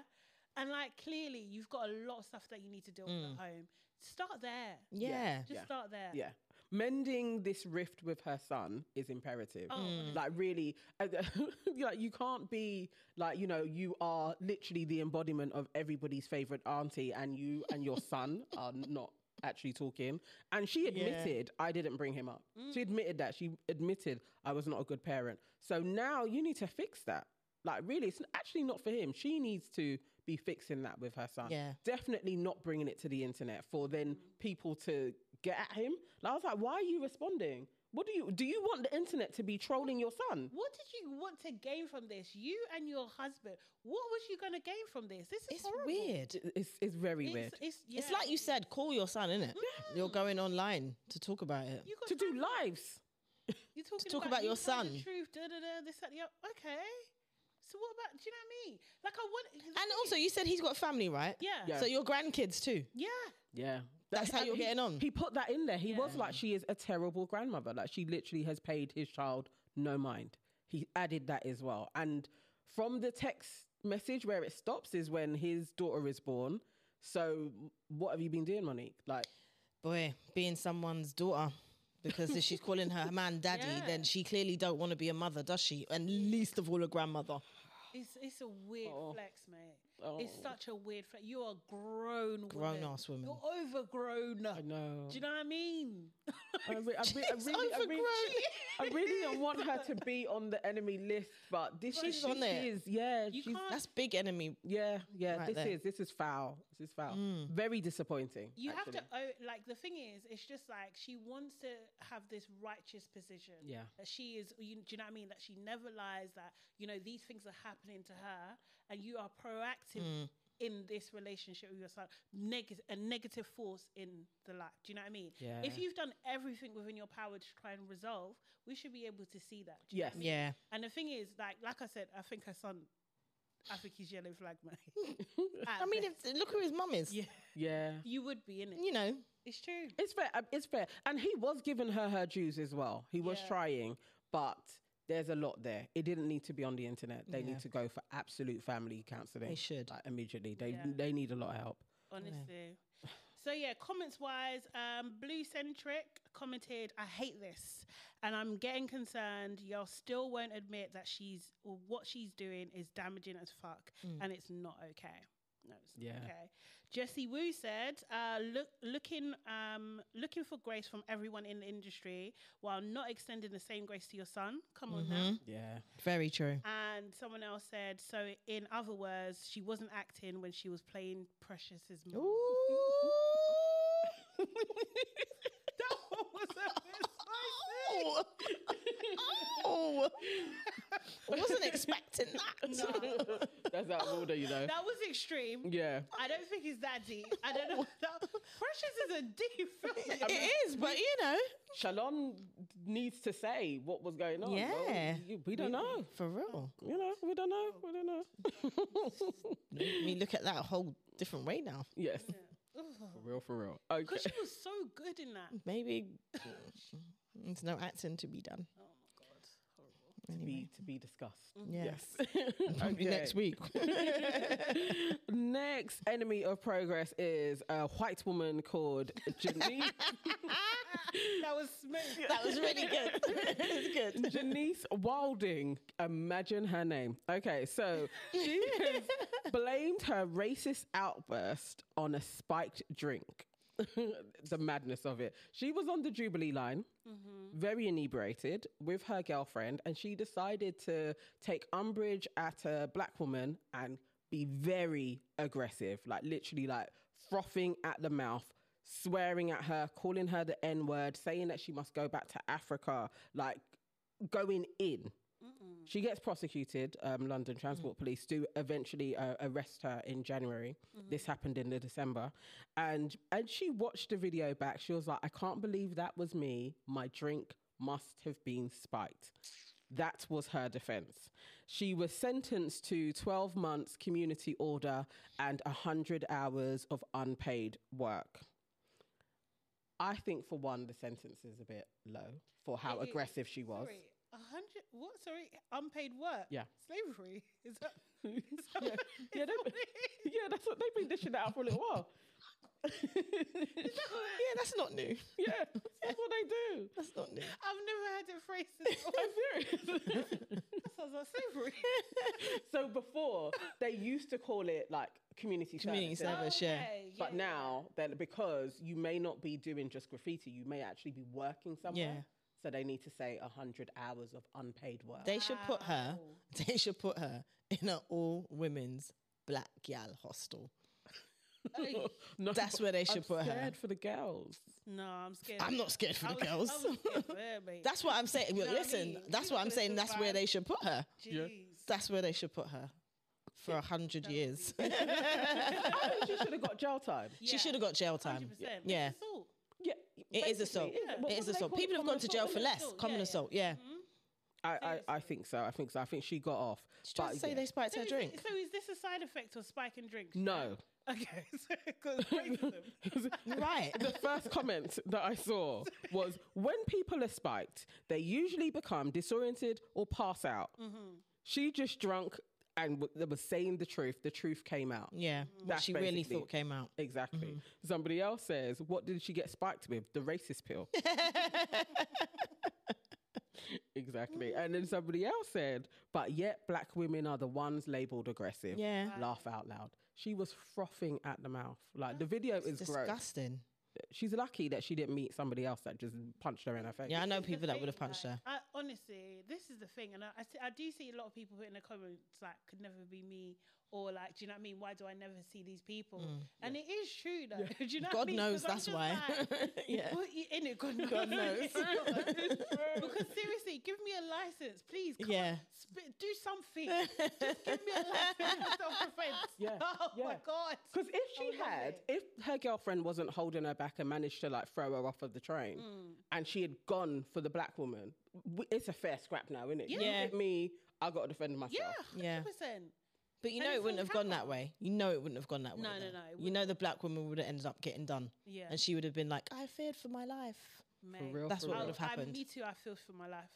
And like clearly, you've got a lot of stuff that you need to deal with at home. Start there. Mm. Yeah. Just Yeah. start there. Yeah. Mending this rift with her son is imperative. Oh, Mm. Like really, uh, like you can't be like you know you are literally the embodiment of everybody's favorite auntie, and you and your son are not actually talking. And she admitted I didn't bring him up. She Mm. admitted that she admitted I was not a good parent. So now you need to fix that. Like really, it's actually not for him. She needs to be fixing that with her son Yeah. definitely not bringing it to the internet for then people to get at him. Like, I was like, why are you responding? What do you do? You want the internet to be trolling your son? What did you want to gain from this? You and your husband. What was you going to gain from this? This is It's horrible. weird. It's it's very It's, weird it's, It's yeah. like you said, call your son, innit? You're going online to talk about it. You got to do time- lives. You're talking talk about, about you your told the son. truth, da, da, da, this, that, the other. Okay. So what about? Do you know what I mean? Like I want. And also, you said he's got family, right? Yeah. Yeah. So your grandkids too. Yeah. Yeah, That's how and you're he- getting on. He put that in there. He was like, she is a terrible grandmother. Like she literally has paid his child no mind. He added that as well, and from the text message where it stops is when his daughter is born. So what have you been doing, Monique? Like, Boy, being someone's daughter. Because if she's calling her man daddy, Yeah. then she clearly don't want to be a mother, does she? And least of all a grandmother. It's it's a weird Oh. flex, mate. oh, It's such a weird flex. You're a grown Grown woman. ass woman. You're overgrown. I know. Do you know what I mean? I, re- I, re- I It's really, I really, overgrown. I really don't want her to be on the enemy list, but this She's is on this it. is yeah, You she's- can't. That's big enemy. yeah, yeah. Right this there. Mm. is this is foul. This is foul. Very disappointing. you have to actually. own, like the thing is, it's just like she wants to have this righteous position. Yeah. That she is, you, do you know what I mean? That she never lies. That you know these things are happening to her, and you are proactive Mm, in this relationship with your son. Neg- a negative force in the life. Do you know what I mean? Yeah. If you've done everything within your power to try and resolve, we should be able to see that. Do you know Yes. what I mean? Yeah. And the thing is, like, like I said, I think her son, I think he's yellow flag man. At I mean, best. if, look who his mum is. Yeah. yeah. you would be in it. You know, It's true. It's fair. um, It's fair. And he was giving her her dues as well. He was Yeah. trying, but there's a lot there. It didn't need to be on the internet. They Yeah. need to go for absolute family counselling. they should. like, immediately. They Yeah. they need a lot of help. Honestly. So yeah, comments wise, um, Blue Centric commented, "I hate this, and I'm getting concerned. Y'all still won't admit that she's or what she's doing is damaging as fuck, Mm. and it's not okay. No, it's not Yeah. okay." Jesse Wu said, uh, "Look, looking, um, looking for grace from everyone in the industry, while not extending the same grace to your son. Come on now." Mhm. Yeah. Very true. And someone else said, so in other words, she wasn't acting when she was playing Precious's mom. that one was a bit spicy. Oh. oh. I wasn't expecting that. No. Oh. That's out of order, you know. That was extreme. yeah. I don't think it's that deep. I don't know. That, Precious is a deep film. It is, but you know. Shalon needs to say what was going on. Well, Yeah. you- we don't know. For real. You know, we don't know. We don't know. I mean, look at that whole different way now. yes. For Because real, for real. Okay. she was so good in that. Maybe there's no acting to be done. Oh my God. Horrible. Anyway. Mm. Be, to be discussed. Yes. Okay. Probably next week. Next enemy of progress is a white woman called Janice, That was smooth. that was really good. it's good. Janice Wilding. Imagine her name. Okay, so she has blamed her racist outburst on a spiked drink. the madness of it. She was on the Jubilee line, very inebriated with her girlfriend, and she decided to take umbrage at a black woman and be very aggressive, like literally like frothing at the mouth, swearing at her, calling her the N word, saying that she must go back to Africa, like going in. Mm. She gets prosecuted. Um, London Transport Police do eventually uh, arrest her in January. Mm-hmm. This happened in the December, and and she watched the video back. She was like, "I can't believe that was me. My drink must have been spiked." That was her defense. She was sentenced to 12 months community order and 100 hours of unpaid work. I think, for one, the sentence is a bit low for how It is. aggressive she was. Sorry, a hundred. What? Sorry, unpaid work. Yeah. slavery. Is that? yeah, Is that yeah, yeah, what is that they- what it is? yeah, that's what they've been dishing that out for a little while. Yeah, that's not new. yeah, that's what they do. That's not new. I've never heard it phrased. oh, This way. I'm serious. that sounds like slavery. so before they used to call it like community Community services, service. share. Okay, but yeah, now that because you may not be doing just graffiti, you may actually be working somewhere. Yeah. So they need to say hundred hours of unpaid work. They should put her. Wow. They should put her in an all women's black gal hostel. Hey, No, That's but where they I'm should put her. scared for the girls. no, I'm scared. I'm not scared for I the was- girls. I was scared for her, mate. That's what I'm saying. know Well, what I listen, mean? that's what I'm People saying. with That's where bad- they should put her. Jeez. That's where they should put her for a hundred years. I think she should have got jail time. She should have got jail time. 100%. Yeah. It's assault. Yeah, It is basically, assault. yeah. What- what It is do they assault. call it? People have Common gone to jail assault? for less. assault, Common yeah, yeah. assault. Yeah. hmm, I, I, I think so. I think so. I think she got off. Trying to but say yeah. they spiked So her is, drink. so is this a side effect of spike and drink? no. Okay. So, 'cause racism. Right. the first comment that I saw was when people are Mm-hmm. spiked, they usually become disoriented or pass out. She just drunk and w- that was saying the truth, the truth came out. Yeah. Mm-hmm. What That's she really basically- thought came out. Exactly. Somebody else says, What did she get spiked with? The racist pill. exactly. And then somebody else said, But yet, black women are the ones labeled aggressive. Yeah. Laugh out loud. She was frothing at the mouth. Like the video is gross. Disgusting. She's lucky that she didn't meet somebody else that just punched her in her face. Yeah, I know This is the people that would have thing, punched like, her. I, honestly, this is the thing, and I, I, see- I do see a lot of people put in the comments like, "Could never be me," or like, "Do you know what I mean? Why do I never see these people?" And it is true, though. do you know? Mm, what I God mean? knows 'Cause I'm that's just why. like, yeah. Put you in it, God knows. God knows. because seriously, give me a license, please. Come Yeah. on, sp- do something. Just give me a license for self-defense. Yeah, Oh my yeah. God. Because if I she Oh, would love had, it. if her girlfriend wasn't holding her back and managed to like throw her off of the train, Mm. and she had gone for the black woman, w- it's a fair scrap now, isn't it? You Yeah. hit me, I got to defend myself. Yeah, Yeah. hundred percent. But you And know it's it wouldn't all have gone camera. that way. You know it wouldn't have gone that way. No, no, though. no, it You know the black woman would have ended up getting done. Yeah. And she would have been like, I feared for my life. Mate. real, That's for what I- would have I- happened. me too. I feel for my life.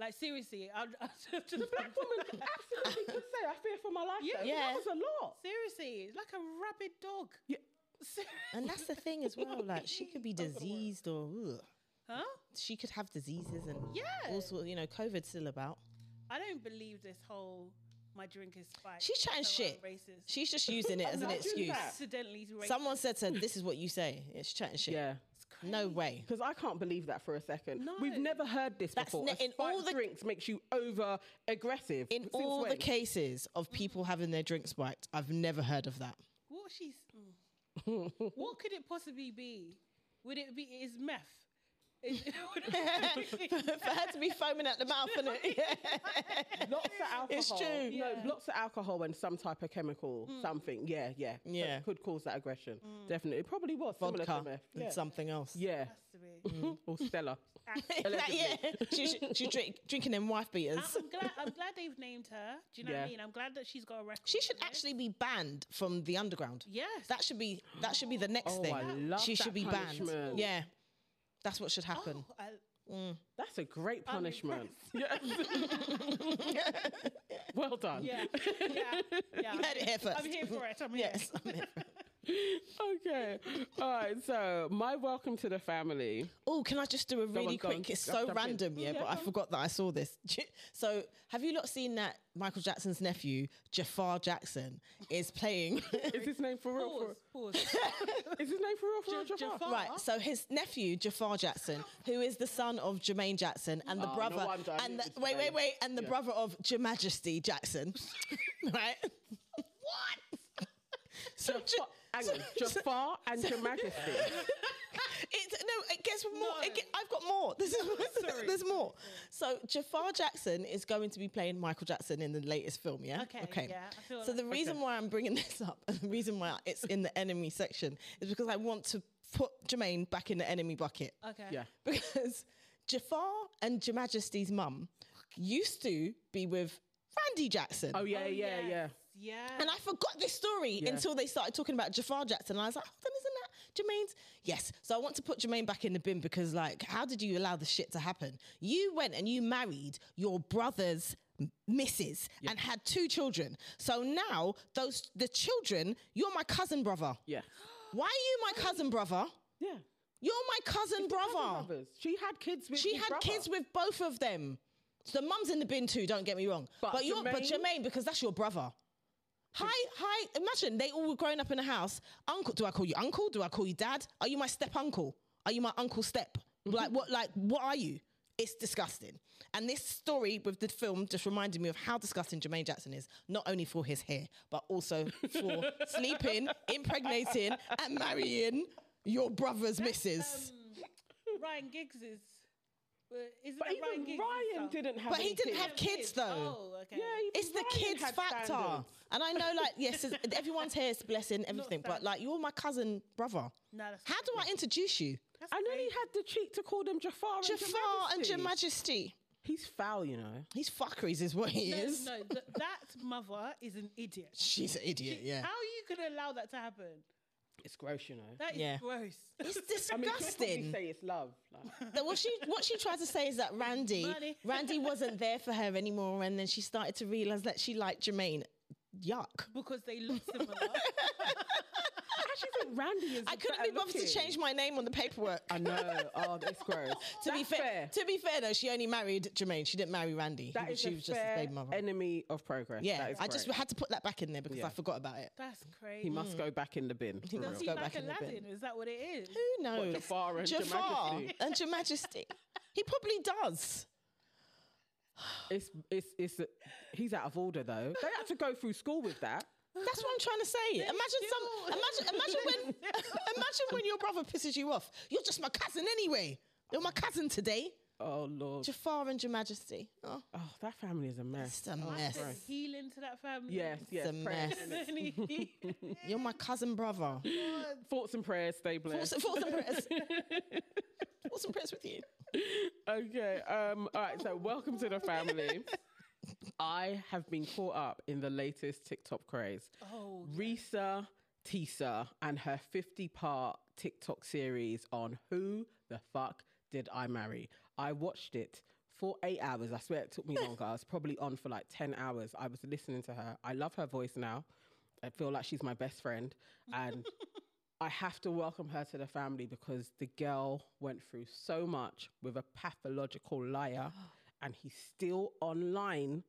Like seriously, I, I just The black woman could absolutely could say, "I fear for my life." Yeah. though. Yeah. that was a lot. seriously, it's like a rabid dog. Yeah. Ser- And that's the thing as well. Like she could be diseased or ugh. huh? she could have diseases and Yeah. also you know COVID's still about. I don't believe this whole my drink is spiked. She's chatting so shit. I'm racist. She's just using it as an Imagine excuse. that. accidentally racist. Someone said to her, "This is what you say." It's chatting shit. Yeah, It's crazy. No way. because I can't believe that for a second. We've No. never heard this That's before. ne- A in all spiked the- drinks makes you over aggressive. In Since all the when? cases of people having their drink spiked, I've never heard of that. What she's. mm. what could it possibly be? Would it be is meth? Is- would it For her to be foaming at the mouth and it, lots of alcohol. It's true. Mm. Yeah. No, lots of alcohol and some type of chemical, something. Yeah, yeah, that Yeah. Mm. could cause that aggression. Definitely, it probably was similar vodka Mm. to meth. and Yeah, something else. yeah. Hmm. has to be. or Stella. Like, yeah, she's she drink, drinking them wife I- beaters. I'm glad. I'm glad they've named her. Do you know what I Yeah. mean? I'm glad that she's got a record. She should for this. actually be banned from the underground. Yes. That should be that should be the next Oh, thing. I love she should that be banned. punishment. Yeah, that's what should happen. Oh, I- That's a great punishment. you Well done. yeah. Yeah. Yeah. I'm heard it here first. I'm here for it. I'm here. Yes. I'm here for it. okay. All right. So my welcome to the family. Oh, can I just do a really on, go on. quick? It's Jump- so jump in. random, yeah, but I forgot that I saw this. So, have you not seen that Michael Jackson's nephew, Jafar Jackson, is playing? Is his name for real? Pause. Pause. For, is his name for real? For real? Ja- Jafar? Jafar. Right, so his nephew Jafar Jackson, who is the son of Jermaine Jackson, and the Oh, no brother, wonder I and knew the, this wait, wait, name. wait, and the Yeah. brother of Your Majesty Jackson, right? what? So, Jafar. Hang on. Jafar and Your Majesty. It's no. It gets more. No. It get, I've got more. This is there's more. So Jafar Jackson is going to be playing Michael Jackson in the latest film. Yeah. Okay, yeah, I feel so that. the reason why I'm bringing this up and the reason why it's in the enemy section is because I want to put Jermaine back in the enemy bucket Okay. Yeah. because Jafar and Your Majesty's mum used to be with Randy Jackson. Oh yeah, Oh, yeah, yes. yeah. Yeah. And I forgot this story until they started talking about Jafar Jackson. And I was like, hold on, isn't that Jermaine's? Yes. So I want to put Jermaine back in the bin because, like, how did you allow the shit to happen? You went and you married your brother's m- missus and had two children. So now those the children, you're my cousin brother. Yeah. Why are you my cousin brother? Yeah. You're my cousin brother. Brothers. She had kids with She his had brother. kids with both of them. So the mum's in the bin too, don't get me wrong. But, But you're but Jermaine- Jermaine, because that's your brother. Hi, hi. Imagine they all were growing up in a house. Uncle, do I call you uncle? Do I call you dad? Are you my step uncle? Are you my uncle step? Mm-hmm. Like what? Like what are you? It's disgusting. And this story with the film just reminded me of how disgusting Jermaine Jackson is, not only for his hair, but also for sleeping, impregnating, and marrying your brother's missus. Um, Ryan Giggs is. Uh, is But that Ryan even Giggs? Ryan stuff? didn't have. But he any didn't kids. have kids though. Oh, okay. Yeah, even It's the Ryan kids had factor. standards. And I know, like, yes, it's- everyone's here is blessing everything, but like, you're my cousin brother. No, that's How do I introduce you? That's And then he crazy. had the cheek to call them Jafar. and Your Jafar and Your Majesty. Majesty. He's Foul, you know. He's fuckeries, is what he is. No, no th- that mother is an idiot. She's an idiot, yeah. How are you going to allow that to happen? It's gross, you know. That is Yeah. gross. It's I mean, she'll probably disgusting. say it's love. Like, That what she what she tried to say is that Randy Money. Randy wasn't there for her anymore, and then she started to realize that she liked Jermaine. yuck. because they look similar. I actually think Randy is. I couldn't be better bothered to looking. change my name on the paperwork. I know. Oh, it's gross. to be That's fair, to be fair though, she only married Jermaine. She didn't marry Randy. That He- is she a was just his fair baby mother. enemy of progress. yeah, That is I just correct. had to put that back in there because Yeah. I forgot about it. That's crazy. He must go back in the bin. for Mm. Does Is Let's he real. go like back in the bin. Aladdin? Is that what it is? Who knows? Jafar and Your Jafar Majesty? and Your Majesty. He probably does. It's it's it's. A, he's out of order though. They had to go through school with that. That's what I'm trying to say. Imagine some. Imagine, imagine when, imagine when your brother pisses you off. You're just my cousin anyway. You're my cousin today. Oh lord. Jafar and Your Majesty. Oh, Oh, that family is a mess. it's a mess. There's healing to that family. Yes, yes. a prayers. mess. Any- You're my cousin brother. Thoughts and prayers. Stay blessed. Force, force and prayers. force and prayers with you. okay. Um, all right. So, welcome to the family. I have been caught up in the latest TikTok craze. oh, Risa Tisa and her 50 part TikTok series on who the fuck did I marry? I watched it for eight hours. I swear it took me longer. I was probably on for like 10 hours. I was listening to her. I love her voice now. I feel like she's my best friend. And I have to welcome her to the family because the girl went through so much with a pathological liar and he's still online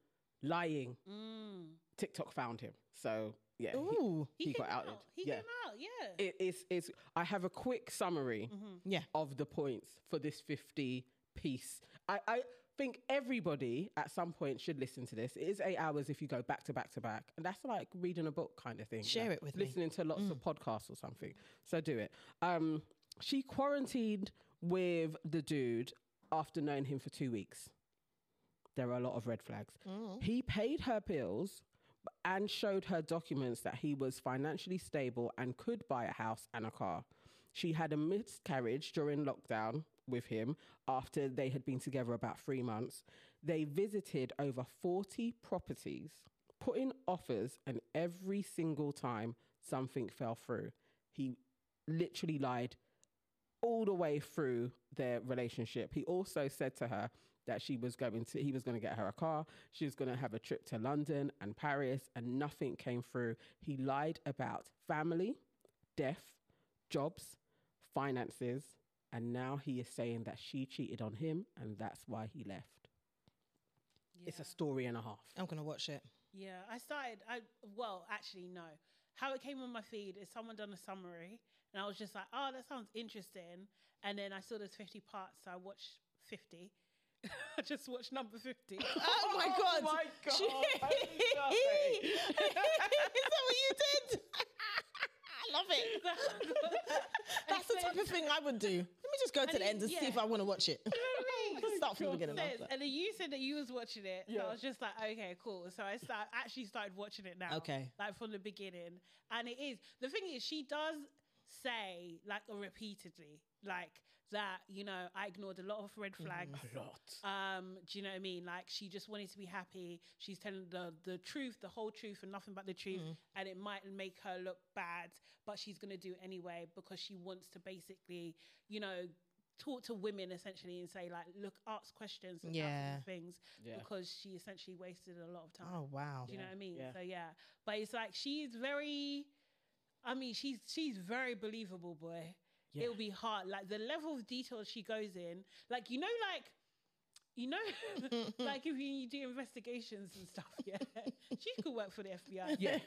lying. mm. TikTok found him. So, yeah. he- Ooh. he, He came got out. outed. He Yeah. came out. Yeah. it, it's it's i have a quick summary Mm-hmm. Yeah. of the points for this 50 piece I, I think everybody at some point should listen to this it is eight hours if you go back to back to back and that's like reading a book kind of thing you Share know, it with me. listening to lots of Mm. podcasts or something so do it um she quarantined with the dude after knowing him for two weeks there are a lot of red flags he paid her bills b- and showed her documents that he was financially stable and could buy a house and a car. She had a miscarriage during lockdown with him after they had been together about three months. They visited over 40 properties, put in offers, and every single time something fell through. He literally lied all the way through their relationship. He also said to her that she was going to he was going to get her a car, she was going to have a trip to London and Paris and nothing came through. He lied about family, death, jobs, finances, and now he is saying that she cheated on him and that's why he left. yeah. It's a story and a half. I'm gonna watch it. Yeah, I started. I well, actually, no. How it came on my feed is someone done a summary, and I was just like, "Oh, that sounds interesting." And then I saw there's 50 parts, so I watched 50. I just watched number 50. Oh my Oh god! my God, She- that is lovely. Is that what you did? I love it. That's the type of thing I would do. Let me just go to And the it- end and see yeah. if I want to watch it. Start from the God. beginning. I love Says- that. and then you said that you was watching it, so Yeah. I was just like, okay, cool. So I start actually started watching it now, Okay. like from the beginning. And it is the thing is she does say like repeatedly like that. You know, I ignored a lot of red flags. A lot. Um, do you know what I mean? Like she just wanted to be happy. She's telling the the truth, the whole truth, and nothing but the truth. And it might make her look bad, but she's gonna do it anyway because she wants to basically, you know, talk to women essentially and say like, look, ask questions and ask Yeah. these things Yeah. because she essentially wasted a lot of time. Oh wow! Do you know Yeah, what I mean? yeah. So yeah, but it's like she's very. I mean, she's she's very believable, boy. Yeah. It'll be hard. Like the level of detail she goes in, like you know, like you know, like if you do investigations and stuff, yeah, she could work for the FBI. Yeah.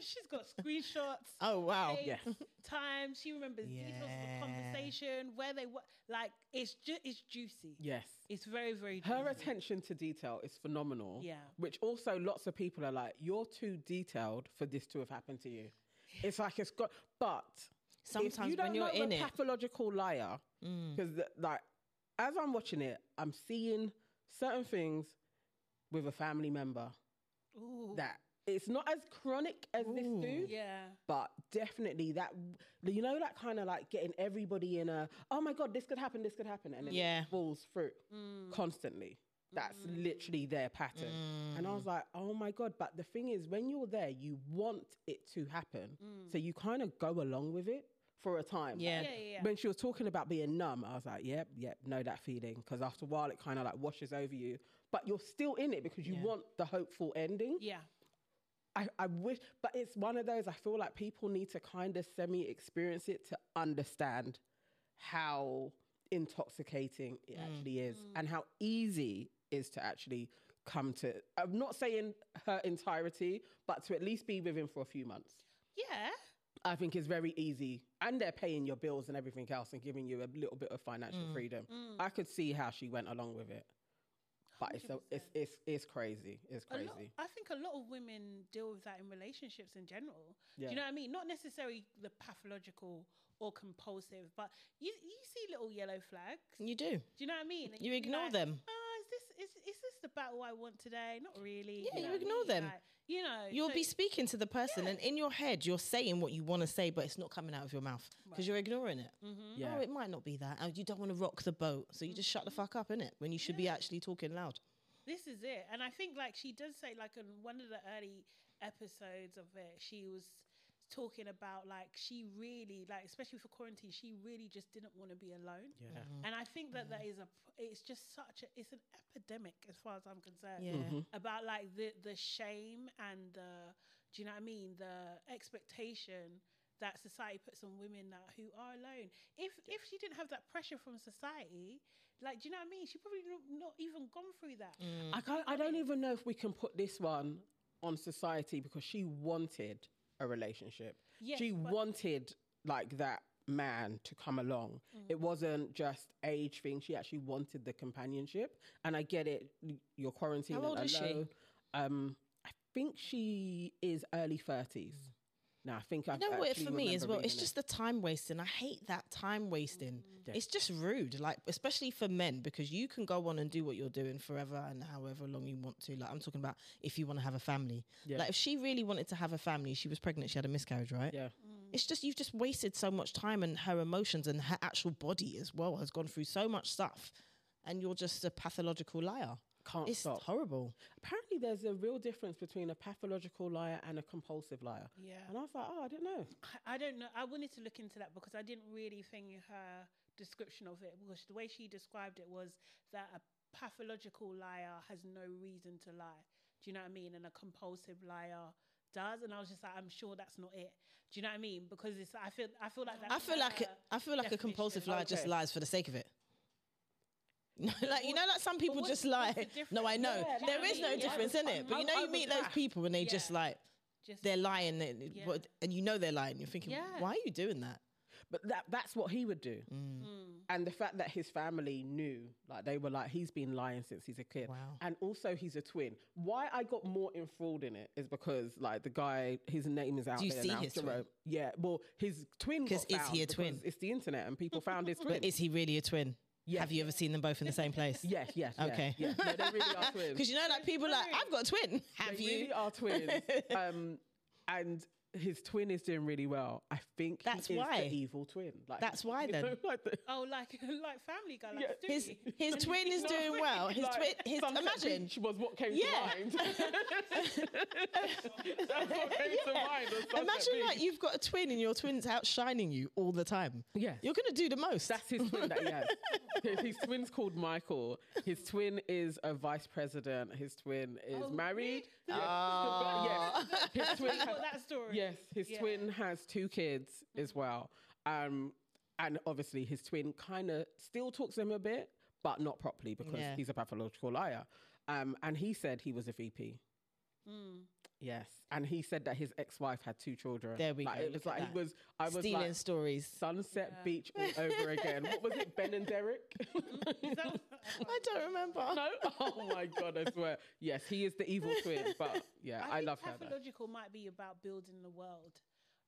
she's got screenshots. oh wow! dates, yeah. Time she remembers details of Yeah. the conversation, where they were. Like it's ju- it's juicy. Yes. It's very very. Juicy. Mm-hmm. Her attention to detail is phenomenal. Yeah. Which also lots of people are like, you're too detailed for this to have happened to you. It's like it's got, but Sometimes if you don't when you're know in a it, mm, pathological liar, because like as I'm watching it, I'm seeing certain things with a family member Ooh. that it's not as chronic as this Ooh. dude, Yeah. but definitely that you know that kind of like getting everybody in a oh my god this could happen this could happen and then Yeah. it falls through Mm. constantly that's literally their mm, pattern and i was like oh my god but the thing is when you're there you want it to happen so you kind of go along with it for a time Yeah. Yeah, yeah, yeah. when she was talking about being numb i was like yep yep know that feeling because after a while it kind of like washes over you but you're still in it because you want the hopeful ending Yeah. I, I wish, but it's one of those I feel like people need to kind of semi experience it to understand how intoxicating it actually is and how easy it is to actually come to. I'm not saying her entirety, but to at least be with him for a few months. Yeah. I think is very easy, and they're paying your bills and everything else, and giving you a little bit of financial freedom. Mm. Mm. I could see how she went along with it, but it's so it's it's it's crazy. It's A crazy. lot, I think a lot of women deal with that in relationships in general. Do Yeah. you know what I mean? Not necessarily the pathological or compulsive, but you you see little yellow flags. You do. Do you know what I mean? And You you'd be ignore like, them. Oh, is this is, is this the battle I want today? Not really. Yeah, know you what I ignore mean? them. Like, you know, You'll so- be speaking to the person, and in your head, you're saying what you want to say, but it's not coming out of your mouth because you're ignoring it. Yeah. Mm. Oh, it might not be that. Oh, you don't want to rock the boat, so you just shut the fuck up, innit? When you should be actually talking loud. this is it. And I think like she does say like in one of the early episodes of it, she was talking about like she really like especially for quarantine, she really just didn't want to be alone. yeah. And I think that that is a p- it's just such a it's an epidemic as far as I'm concerned. Yeah. Mm-hmm. About like the the shame and the do you know what I mean? The expectation that society puts on women that who are alone. If if she didn't have that pressure from society, like do you know what I mean? She probably not, not even gone through that. I can't, I don't even know if we can put this one on society because she wanted a relationship. Yes, she but- wanted like that man to come along. Mm. It wasn't just age thing. She actually wanted the companionship. And I get it. y- You're quarantined. How old and is she? alone. Um, I think she is early thirties. Now I think I You know what? For me as well, it's just the time wasting. I hate that time wasting. Mm. It's just rude, like especially for men, because you can go on and do what you're doing forever and however long you want to. Like I'm talking about if you want to have a family. Like if she really wanted to have a family, she was pregnant, she had a miscarriage, right? yeah. It's just you've just wasted so much time, and her emotions and her actual body as well has gone through so much stuff, and you're just a pathological liar. Can't It's stop. horrible. Apparently, there's a real difference between a pathological liar and a compulsive liar. Yeah. And I was like, oh, I didn't know. I- I don't know. I wanted to look into that because I didn't really think her description of it because the way she described it was that a pathological liar has no reason to lie. Do you know what I mean? And a compulsive liar does. And I was just like, I'm sure that's not it. Do you know what I mean? Because it's I feel I feel like that's I feel like her- I feel like a compulsive definition. liar just Okay. lies for the sake of it. No, like you know, like some people what's- just what's lie. the No, I difference? know Yeah, there that is no means- difference in it, but you know, I you was meet those baffled. people and they just Yeah. like just they're lying, and, it- Yeah. what- and you know they're lying. You're thinking, Yeah. why are you doing that? Mm. But that that's what he would do. Mm. And the fact that his family knew, like they were like, he's been lying since he's a kid. Wow. And also he's a twin. Why I got more enthralled in it is because like the guy, his name is out Do you there see now. his twin? Jerome. Yeah. Well, his twin. 'Cause Because is he a twin? It's the internet and people found his twin. But is he really a twin? Have you ever seen them both in the same place? yes, yes. yes, Okay. Yes, No, they really are twins. Because you know, like people are like I've got a twin. Have they you? really are twins. um, and his twin is doing really well. I think he That's is the why. evil twin. Like, That's why you then. know, like the- Oh, like like Family Guy, like Yeah. Stewie. his his twin is doing well. His twin. Like, His Sunset imagine. Beach was what came Yeah. to mind. That's what came to mind. was Sunset Imagine Beach. like you've got a twin and your twin's outshining you all the time. Yes. You're gonna do the most. That's his twin that he has. His, his twin's called Michael. His twin is a vice president. His twin is Oh, married. Yes. yes. His twin You've has, got that story. yes, his Yeah. twin has two kids as well. Um, and obviously his twin kind of still talks to him a bit, but not properly because Yeah. he's a pathological liar. Um, and he said he was a VP. Mm. Yes, and he said that his ex-wife had two children. There we Like, It go, was look at like he that. was. I was stealing like stories. Sunset Yeah. Beach all over again. What was it, Ben and Derek? Mm. Is that- I don't remember. no. Oh my god, I swear. Yes, he is the evil twin. But yeah, I, think love her. though. pathological might be about building the world.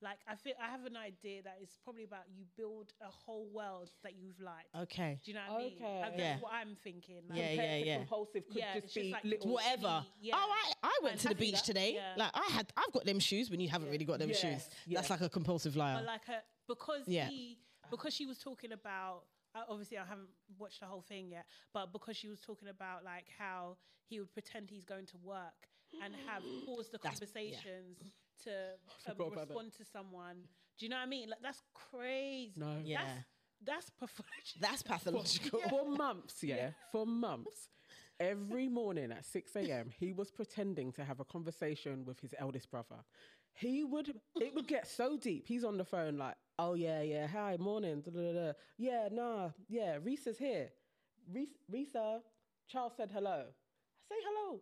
Like I feel I have an idea that it's probably about you build a whole world that you've liked. Okay. Do you know what I mean? Okay. Like, Yeah. That's what I'm thinking. Like, Yeah, Compared yeah, to yeah. Compulsive could Yeah, just it's just be like little. what- Whatever. Yeah. Oh, I, I went I'm to the happy beach that- today. yeah. Like I had, I've got them shoes when you haven't really got them Yes, shoes. That's yes. like a compulsive liar. But like her because Yeah. he because she was talking about uh, obviously I haven't watched the whole thing yet, but because she was talking about like how he would pretend he's going to work and have pause the That's- yeah. conversations to forgot um, about that. respond to someone. Do you know what I mean? Like that's crazy. No. yeah, That's that's pathological. that's pathological. For months, yeah, for months, Every morning at 6 a.m., he was pretending to have a conversation with his eldest brother. He would, it would get so deep. He's on the phone, like, oh, yeah, yeah, hi, morning, da, da, da, da. yeah, nah, yeah, Risa's here. Reese- Risa, Charles said hello. I say hello.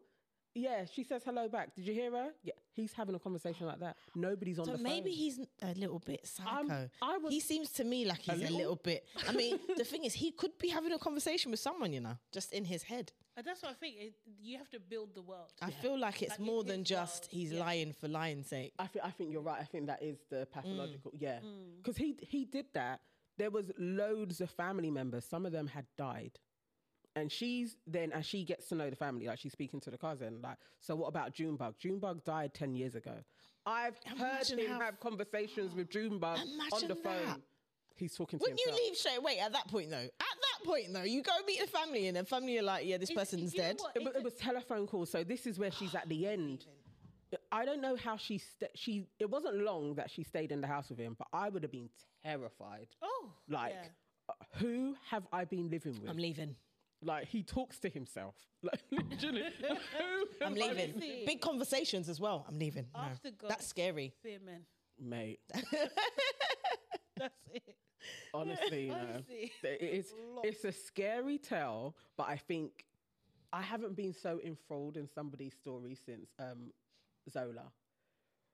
Yeah, she says hello back. Did you hear her? Yeah, he's having a conversation like that. Nobody's on So the maybe phone. he's a little bit I'm- psycho. I was he seems to me like he's a little, little? bit. I mean, the thing is, he could be having a conversation with someone, you know, just in his head. And that's what I think. It, you have to build the world. I feel like it's Like, in more than his just world, he's yeah. lying for lying's sake. I think I think you're right. I think that is the pathological. Mm. Yeah, because he he did that. There was loads of family members. Some of them had died, and she's then as she gets to know the family, like she's speaking to the cousin, like so. What about Junebug? Junebug died ten years ago. I've Imagine heard him how- have conversations with Junebug on the Imagine that. phone. He's talking to Wouldn't you himself. leave straight away at that point, though? At that point, though, you go meet the family, and the family are like, yeah, this Is- person's you know dead. what? It, wa- it was telephone calls, so this is where she's at the end. I don't know how she sta she. It wasn't long that she stayed in the house with him, but I would have been terrified. Oh, Like, yeah. uh, who have I been living with? I'm leaving. like, he talks to himself. Like, literally. who I'm am I- leaving. Honestly. Big conversations as well. I'm leaving. No. After God. That's scary. fear men. Mate, That's it. honestly, you know, Honestly. it is, it's a scary tale, but I think I haven't been so enthralled in somebody's story since um, Zola.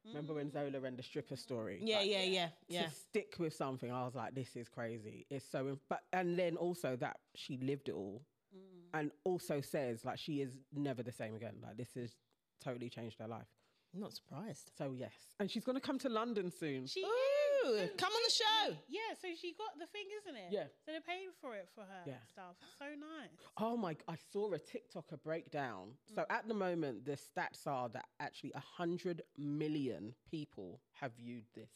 Remember when Zola and the stripper story? Mm. Yeah, Like, yeah, yeah, yeah. to stick with something. I was like, this is crazy. It's so, in- but and then also that she lived it all, and also says like she is never the same again. Like this has totally changed her life. I'm not surprised. So yes, and she's gonna come to London soon. She Ooh, is. come on the show. Oh, Yeah, so she got the thing, isn't it? Yeah. So they paid for it for her Yeah. and stuff. So nice. Oh my! g- I saw a TikToker breakdown. So at the moment, the stats are that actually hundred million people have viewed this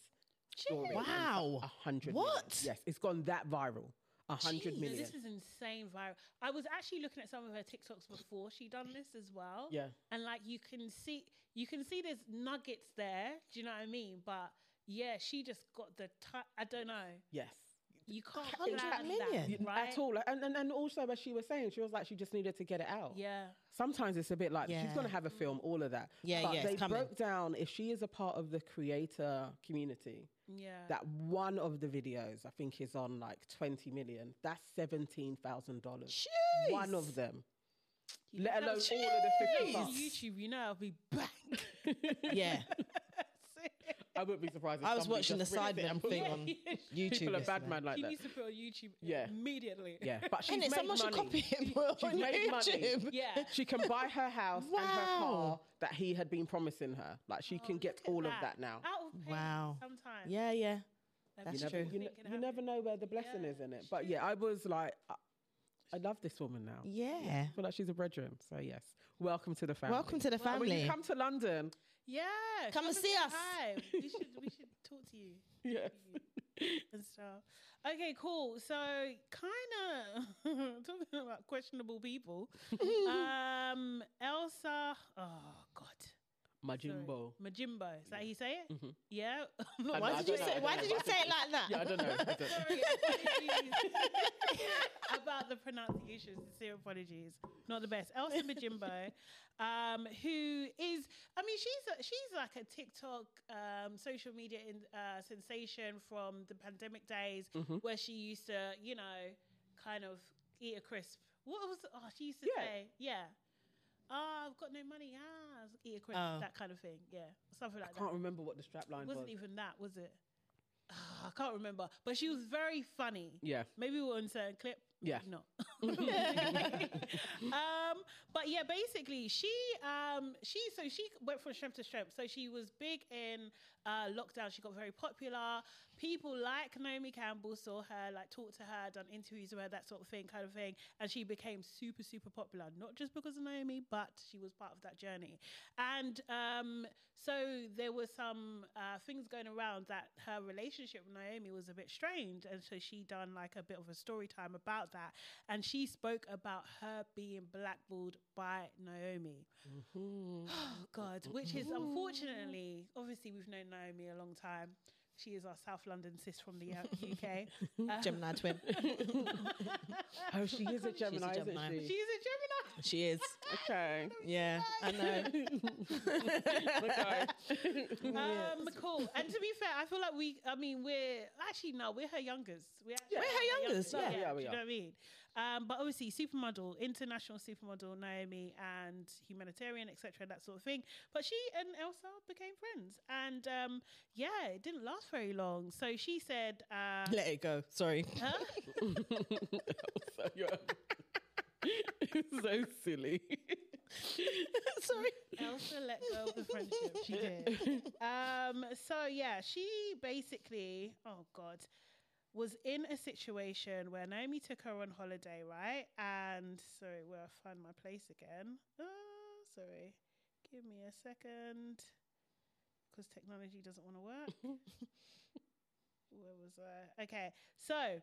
story. Wow. hundred. What? Yes, it's gone that viral. hundred Jeez. No, million. this is insane viral. I was actually looking at some of her TikToks before she done this as well. yeah. And like you can see you can see there's nuggets there. Do you know what I mean? But yeah, she just got the I I don't know. Yes. You can't Hundred plan million. that, right? at all. Like, And, and and also, as she was saying, she was like she just needed to get it out. Yeah. Sometimes it's a bit like she's Yeah. gonna have a film, all of that. Yeah, but yeah, it's They coming. broke down if she is a part of the creator community. Yeah. That one of the videos I think is on like twenty million. That's seventeen thousand dollars. One of them. You Let know, alone if all of the I fifty was on bucks. YouTube, you know I'll be back. Yeah. I wouldn't be surprised. If I was somebody watching the just ripped it and Sidemen put it thing on. on YouTube. YouTube. People are yesterday. bad man like She that. needs to put on YouTube Yeah. immediately. Yeah, but she's And made it, someone should money. copy him on made money. YouTube. Yeah. She can buy her house and her car Wow. Oh, that he had been promising her. Like she can get Look at all of that now. Out of pain Wow. Sometimes. Yeah, yeah. Like, That's You never, true. you, ne- Anything can you never happen. know where the blessing Yeah, is in it. But yeah, I was like, I, I love this woman now. Yeah. I feel like she's a brethren. So yes, welcome to the family. Welcome to the Well, And when family. you come to London, Yeah. Come and see us. time. we should we should talk to you yes. and stuff. Okay, cool. So kind of talking about questionable people. um, Elsa. Oh God. sorry, Majimbo. Majimbo. Is that how you say it? Mhm. Yeah. I'm I not know, I Why did you don't say? know, Why I did you don't say it like that? Yeah, I don't know. I don't know. Sorry, apologies. about the pronunciation. Sincere apologies. Not the best. Elsa Majimbo, um, who is, I mean, she's a, she's like a TikTok um, social media in, uh, sensation from the pandemic days, Mhm. where she used to, you know, kind of eat a crisp. What was? Oh, she used to Yeah. say, yeah. Oh, I've got no money. Ah, eat a crisp, Oh. that kind of thing. Yeah, something like I that can't remember what the strap line was. wasn't even that, was it? Ah, I can't remember, but she was very funny. Yeah. Maybe we were on certain clip. Yeah. No. um, but yeah, basically she um she so she went from strength to strength. So she was big in uh lockdown. She got very popular. People like Naomi Campbell saw her, like talked to her, done interviews with her, that sort of thing, kind of thing. And she became super, super popular, not just because of Naomi, but she was part of that journey. And um, so there were some uh, things going around that her relationship with Naomi was a bit strained. And so she done like a bit of a story time about that. And she spoke about her being blackballed by Naomi. Oh, God, which is unfortunately, obviously, we've known Naomi a long time. She is our South London sis from the uh, UK. Uh, Gemini twin. Oh, she is a She's a Gemini, Gemini. isn't she's she? a Gemini. She is. Okay. Yeah, I know. Okay. Um, cool. And to be fair, I feel like we, I mean, we're actually, no, we're her youngest. We're, actually We're her youngest, yeah. Yeah, we do you are. know what I mean? Um, but obviously, supermodel, international supermodel Naomi and humanitarian, etc., that sort of thing. But she and Elsa became friends. And um, yeah, it didn't last very long. So she said, uh, Let it go. Sorry. huh? so, you're- so silly. Sorry. Elsa let go of the friendship. She did. Um, so yeah, she basically, oh god, was in a situation where Naomi took her on holiday, right? And sorry, where I find my place again. Uh, sorry, give me a second, because technology doesn't want to work. where was I? Okay, so.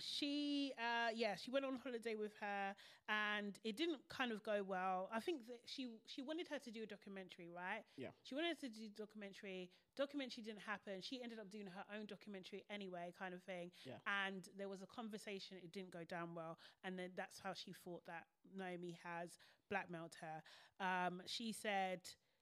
She, uh, yeah, she went on holiday with her and it didn't kind of go well. I think that she she wanted her to do a documentary, right? Yeah. She wanted her to do documentary. Documentary didn't happen. She ended up doing her own documentary anyway, kind of thing. Yeah. And there was a conversation. It didn't go down well, and then that's how she thought that Naomi has blackmailed her. Um, she said.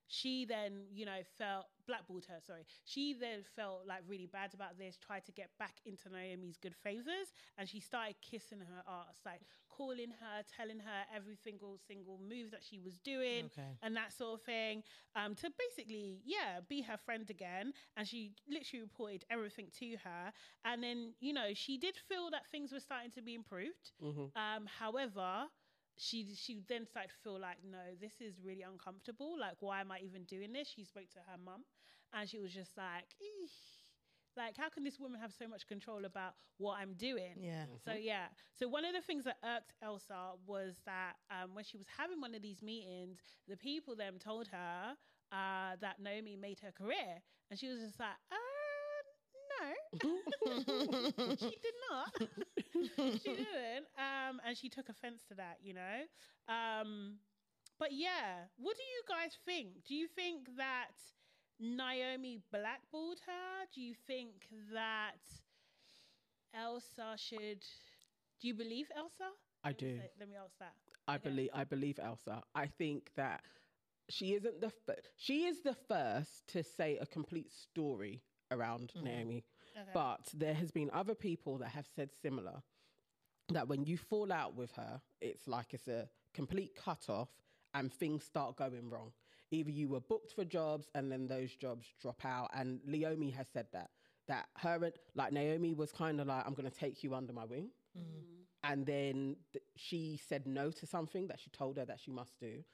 She then, you know, felt blackballed her. Sorry, she then felt like really bad about this. Tried to get back into Naomi's good favors, and she started kissing her ass, like calling her, telling her every single single move that she was doing Okay. and that sort of thing. Um, to basically, yeah, be her friend again. And she literally reported everything to her. And then, you know, she did feel that things were starting to be improved. Mhm. Um, however, she she then started to feel like, no, this is really uncomfortable. Like, why am I even doing this? She spoke to her mum, and she was just like, "Eeh." like, how can this woman have so much control about what I'm doing? Yeah. So yeah. So one of the things that irked Elsa was that um, when she was having one of these meetings, the people then told her uh, that Naomi made her career, and she was just like, uh, no she did not. she didn't. Um, and she took offense to that, you know? Um, but yeah, what do you guys think? Do you think that Naomi blackballed her? Do you think that Elsa should. Do you believe Elsa? I Let me do. say- let me ask that. I Okay. believe I believe Elsa. I think that she isn't the f- she is the first to say a complete story around Mhm. Naomi, Okay. but there has been other people that have said similar that when you fall out with her, it's like it's a complete cut off and things start going wrong. Either you were booked for jobs and then those jobs drop out and Naomi has said that that her and like Naomi was kind of like I'm going to take you under my wing Mm. and then th- she said no to something that she told her that she must do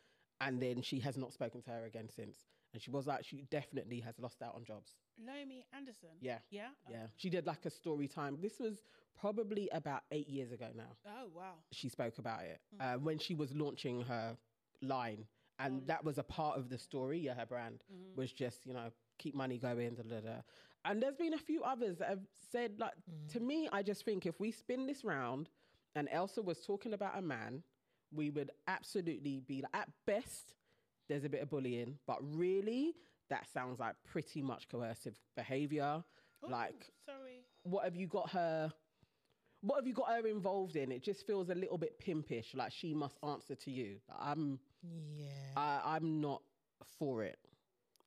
and then she has not spoken to her again since and she was like she definitely has lost out on jobs Naomi Anderson. yeah Yeah. yeah she did like a story time this was probably about eight years ago now Oh, wow. she spoke about it uh, when she was launching her line and that was a part of the story yeah her brand was just you know keep money going da, da, da. and there's been a few others that have said like to me i just think if we spin this round and elsa was talking about a man we would absolutely be like, at best there's a bit of bullying but really that sounds like pretty much coercive behavior Oh, like Sorry. what have you got her what have you got her involved in it just feels a little bit pimpish like she must answer to you i'm Yeah. I, i'm not for it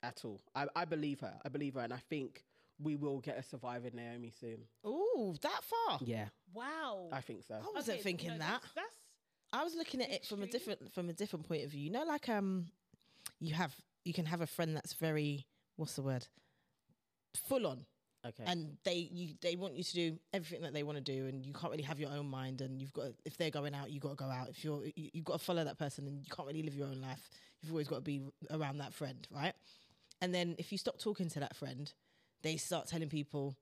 at all I, I believe her i believe her and i think we will get a surviving naomi soon Ooh, that far. yeah Wow. i think so I wasn't Okay, thinking no, that. That's, that's I was looking at it from a Extreme. different from a different point of view. You know, like um, you have you can have a friend that's very what's the word, full on, okay and they you they want you to do everything that they want to do, and you can't really have your own mind, and you've got to, if they're going out, you got to go out. If you're you, you've got to follow that person, and you can't really live your own life. You've always got to be around that friend, right? And then if you stop talking to that friend, they start telling people,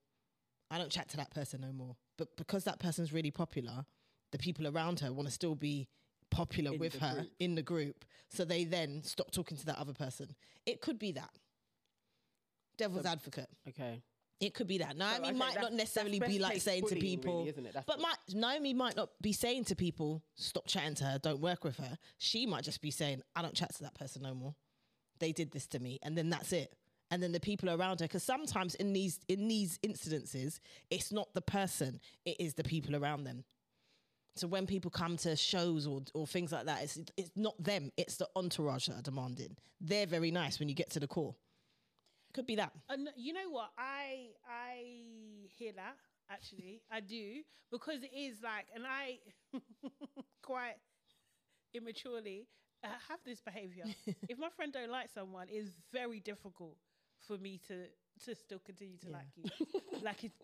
I don't chat to that person no more. But because that person's really popular, the people around her want to still be popular In with the her group. in the group. So they then stop talking to that other person. It could be that. Devil's advocate. okay It could be that. Naomi okay, might that's- not necessarily that's be best like case saying to bullying, people, really, isn't it? That's but what- might, Naomi might not be saying to people, stop chatting to her, don't work with her. She might just be saying, I don't chat to that person no more. They did this to me, and then that's it. And then the people around her, because sometimes in these in these incidences, it's not the person, it is the people around them. So when people come to shows or, or things like that, it's it's not them, it's the entourage that are demanding. They're very nice when you get to the core. Could be that. And you know what? I I hear that actually. I do because it is like, and I quite immaturely uh, have this behavior. if my friend don't like someone, it's very difficult for me to to still continue to Yeah. like you. like it's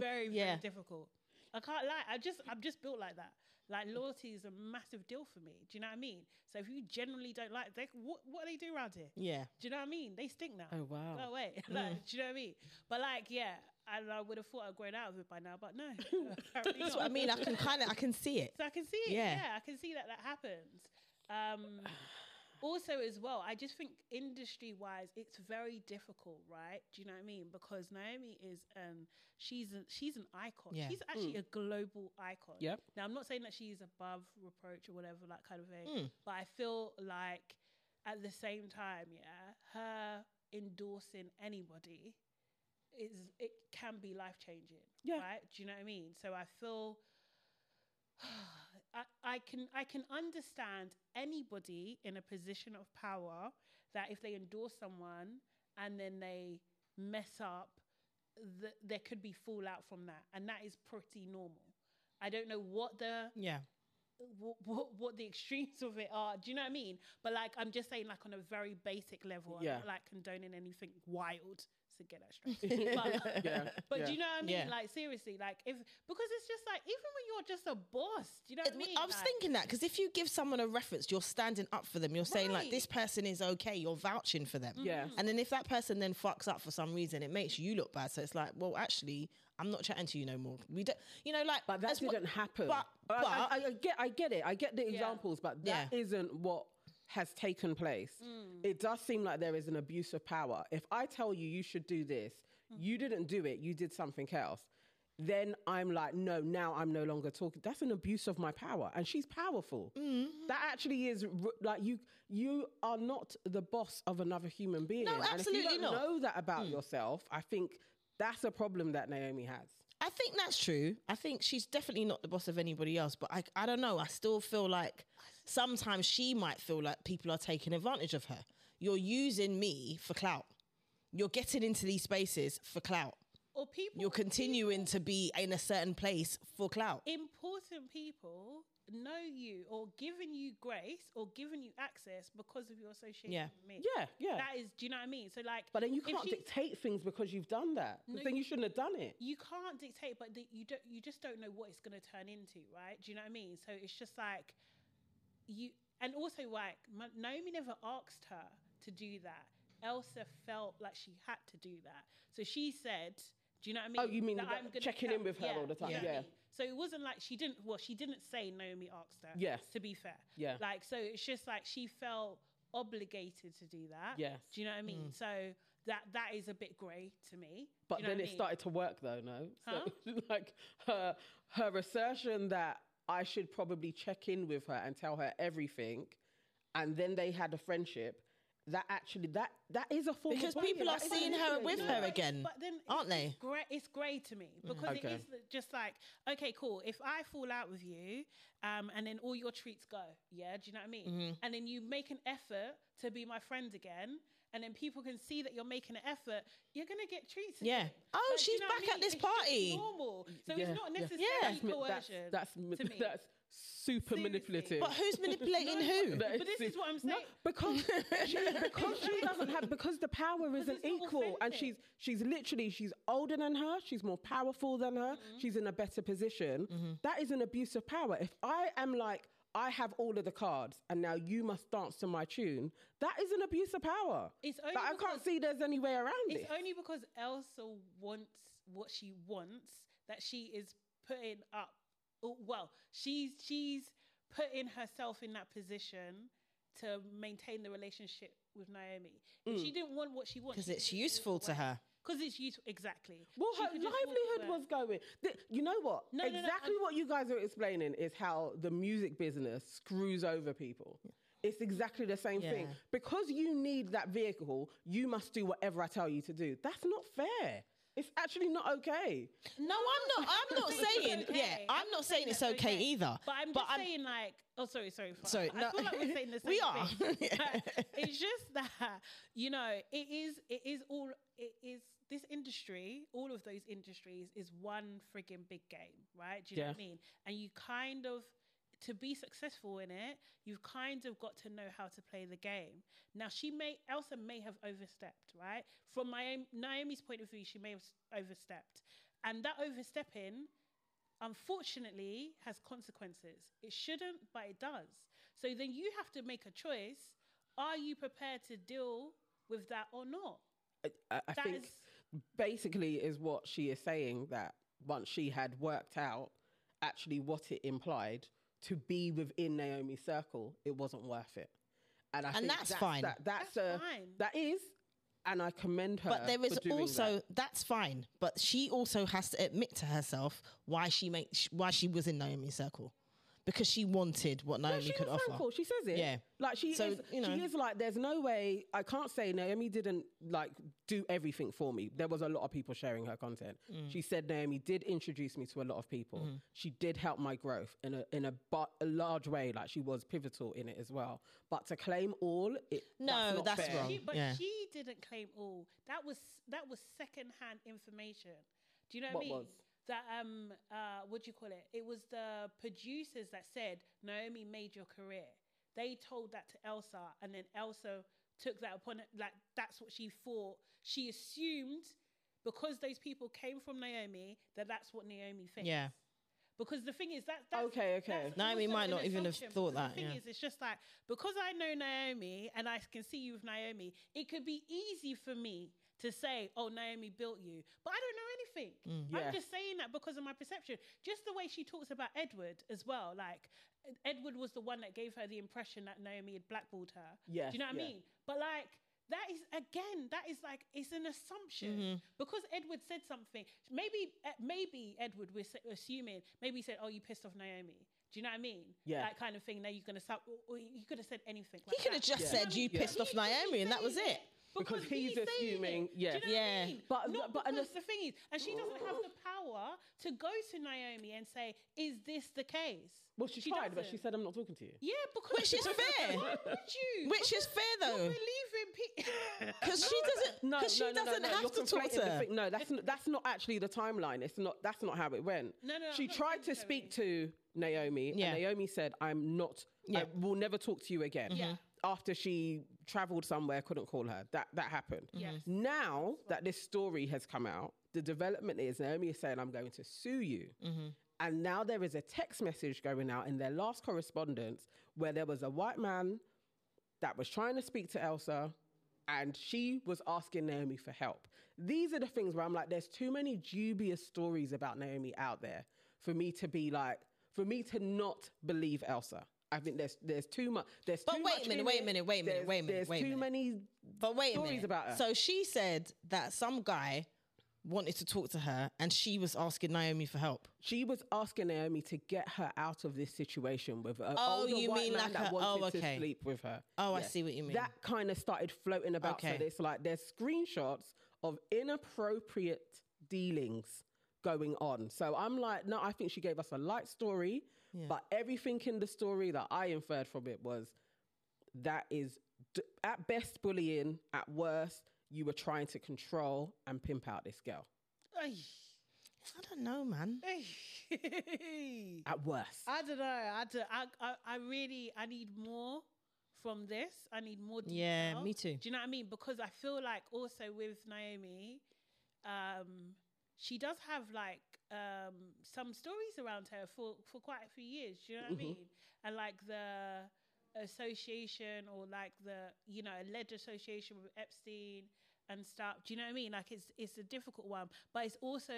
very very Yeah. difficult. I can't lie. I just I'm just built like that. Like loyalty is a massive deal for me. Do you know what I mean? So if you generally don't like, they what what do they do around here? Yeah. Do you know what I mean? They stink now Oh wow. go away. Like, Mm. Do you know what I mean? But like, yeah, and I would have thought I'd grown out of it by now, but no. apparently That's what I not. mean. I can kind of I can see it. So I can see it. Yeah. Yeah, I can see that that happens. Um, also, as well, I just think industry wise, it's very difficult, right? Do you know what I mean? Because Naomi is um, she's a, she's an icon. Yeah. Mm. She's actually a global icon. Yep. Now, I'm not saying that she's above reproach or whatever, that kind of thing. Mm. But I feel like at the same time, yeah, her endorsing anybody is it can be life changing. Yeah. Right? Do you know what I mean? So I feel I, I can I can understand anybody in a position of power that if they endorse someone and then they mess up, th- there could be fallout from that, and that is pretty normal. I don't know what the Yeah. what, what, what the extremes of it are. Do you know what I mean? But like, I'm just saying, like on a very basic level, Yeah. I'm not like condoning anything wild. So get that straight. but Yeah. but yeah. do you know what I mean? Yeah. Like seriously, like if because it's just like even when you're just a boss, do you know I what I mean? I was Like, thinking that because if you give someone a reference, you're standing up for them. You're saying like Right. Mm. this person is okay. You're vouching for them. Yeah. And then if that person then fucks up for some reason, it makes you look bad. So it's like, well, actually, I'm not chatting to you no more. We don't, you know, like But that as mu- didn't happen. but- I- I, but- I, I get, I get it. I get the examples, but that not what has taken place. Mm. It does seem like there is an abuse of power. If I tell you you should do this, Hmm. you didn't do it. You did something else. Then I'm like, no, now I'm no longer talking. That's an abuse of my power, and she's powerful. Mm-hmm. That actually is r- like you. You are not the boss of another human being. and if you absolutely don't not. Hmm. Know that about yourself. I think that's a problem that Naomi has. I think that's true. I think she's definitely not the boss of anybody else. But I, I don't know. I still feel like sometimes she might feel like people are taking advantage of her. You're using me for clout. You're getting into these spaces for clout. or people You're continuing to be in a certain place for clout. important people know you or giving you grace or giving you access because of your association Yeah. with me. Yeah, yeah. That is, do you know what I mean? So like, But then you if can't she- dictate things because you've done that. 'Cause No, then you- you shouldn't have done it. you can't dictate, but the, you don't. You just don't know what it's going to turn into, right? Do you know what I mean? So it's just like you, and also like Ma- Naomi never asked her to do that. Elsa felt like she had to do that, so she said, "Do you know what I mean?" Oh, you mean That that gonna- checking in with her all the do time, you know what I yeah. mean? So it wasn't like she didn't. Well, she didn't say Naomi asked her. Yes. To be fair. Yeah. Like so, it's just like she felt obligated to do that. Yes. Do you know what I mean? So that that is a bit grey to me. Do But you know then what I it mean? started to work though, no? So, like her her assertion that I should probably check in with her and tell her everything, and then they had a friendship. That actually that that is a form Because of bullying. people are That is seeing her manipulating. with No, her but- again, But then it's- aren't It's they? Mm. grey, it's grey to me because Okay. it is li- just like, okay, cool. If I fall out with you, um, and then all your treats go, yeah, do you know what I mean? Mm-hmm. And then you make an effort to be my friend again, and then people can see that you're making an effort. You're gonna get treats. Yeah. again. Oh, Like, do you she's know what I back at mean? this It's just party. normal. So Yeah, it's not yeah. necessarily Yeah. Mi- that's coercion. that's mi- to me. that's super Seriously. manipulative. But who's manipulating who? That But this is what I'm No, saying. because she, because she doesn't have because the power isn't it's not equal, and she's authentic. she's literally she's older than her, she's more powerful than her, Mm-hmm. she's in a better position. That is an abuse of power. If I am like I have all of the cards, and now you must dance to my tune, that is an abuse of power. It's only Like, I because- can't see there's any way around it. It's only because Elsa wants what she wants that she is putting up. oh, Well, she's she's putting herself in that position to maintain the relationship with Naomi. If she didn't want what she wants, Because Mm. it's useful to her. Because it's useful, exactly. Well, She her could just walk livelihood away. was going. Th- you know what? No, no, no, exactly I'm- what you guys are explaining is how the music business screws over people. It's exactly the same thing. Yeah. Because you need that vehicle, you must do whatever I tell you to do. That's not fair. It's actually not okay. No, I'm not. I'm not It's saying. okay. Yeah, I'm not saying it's that's okay either. But I'm But just I'm- saying, like, oh, sorry, sorry. Fa- Sorry, I no. feel like we're saying the same We are. thing. Yeah. it's just that you know, it is, it is all, it is this industry, all of those industries, is one friggin' big game, right? Do you know what I mean? And you kind of. To be successful in it, you've kind of got to know how to play the game. Now, she may, Elsa may have overstepped, right? From my own, Naomi's point of view, she may have s- overstepped. And that overstepping unfortunately has consequences. It shouldn't, but it does. So then you have to make a choice. Are you prepared to deal with that or not? I, I- I That think is- basically is what she is saying that once she had worked out actually what it implied to be within Naomi's circle, it wasn't worth it. And I And think that's fine. That, that's That's a, fine. that is, and I commend her. But there is for doing also that. that's fine. But she also has to admit to herself why she makes why she was in Naomi's circle because she wanted what No, Naomi she could was offer. vocal. She says it. Yeah. Like she So, is. you know. She is like. There's no way. I can't say Naomi didn't like do everything for me. There was a lot of people sharing her content. Mm. She said Naomi did introduce me to a lot of people. Mm-hmm. She did help my growth in a in a but a large way. Like she was pivotal in it as well. But to claim all, it No, not that's fair. wrong. She, but yeah. she didn't claim all. That was that was secondhand information. Do you know what, What I mean? was? That um uh what do you call it? It was the producers that said Naomi made your career. They told that to Elsa, and then Elsa took that upon it. Like that's what she thought. She assumed because those people came from Naomi that that's what Naomi thinks. Yeah. Because the thing is that that's, Okay, okay. that's Naomi also might an not even have assumption, thought because the that, thing yeah. is, it's just like because I know Naomi and I can see you with Naomi, it could be easy for me to say, "Oh, Naomi built you," but I don't know anything. Mm. Yeah. I'm just saying that because of my perception. Just the way she talks about Edward as well, like Ed- Edward was the one that gave her the impression that Naomi had blackballed her. Yeah, do you know what yeah. I mean? But like. That is again. That is like it's an assumption Mm-hmm. because Edward said something. Maybe, eh, maybe Edward was assuming. Maybe he said, "Oh, you pissed off Naomi." Do you know what I mean? Yeah. that kind of thing. Now you're gonna stop. Or, or he could have said anything. He like could have just that. Yeah. said you Yeah. pissed off He- because Naomi, and he's that was saying it. Because he's saying assuming- it. yeah. Do you know Yeah. what I mean? But- Not but- and because the thing is, and she doesn't have the power to go to Naomi and say, "Is this the case?" Well, she, She tried, but she doesn't. said, "I'm not talking to you." Yeah, because Which is fair. Why would you? Which is fair though, believe in people. because she doesn't. No, because she no, no, no, doesn't no, have you're to talk conflating to the her. thing. No, that's n- that's not actually the timeline. It's not. That's not how it went. No, no, She I'm not tried to saying speak to Naomi, Yeah. and Naomi said, "I'm not. Yeah. I will never talk to you again." Mm-hmm. Yeah. Mhm. After she travelled somewhere, couldn't call her. That that happened. Yes. Now that this story has come out, the development is Naomi is saying, "I'm going to sue you." And now there is a text message going out in their last correspondence where there was a white man that was trying to speak to Elsa and she was asking Naomi for help. These are the things where I'm like, there's too many dubious stories about Naomi out there for me to be like, for me to not believe Elsa. I think there's there's too much. There's But too wait a much minute, in wait a it. minute, wait a minute, There's- wait a minute, There's wait a too minute. many. But wait a stories minute. about her. So she said that some guy wanted to talk to her, and she was asking Naomi for help. She was asking Naomi to get her out of this situation with an Oh, older you white mean man like that a- wanted oh, okay. to sleep with her. Oh, I Yeah. see what you mean. that kind of started floating about. Okay. So it's like there's screenshots of inappropriate dealings going on. So I'm like, no, I think she gave us a light story, but everything in the story that I inferred from it was that is d- at best bullying, at worst, you were trying to control and pimp out this girl. I don't know, man. At worst. I don't know. I, do, I, I, I really, I need more from this. I need more detail. Yeah, me too. Do you know what I mean? Because I feel like also with Naomi, um, she does have like um, some stories around her for, for quite a few years. Do you know what I mean? And like the association or like the, you know, alleged association with Epstein and stuff. Do you know what I mean? Like it's, it's a difficult one, but it's also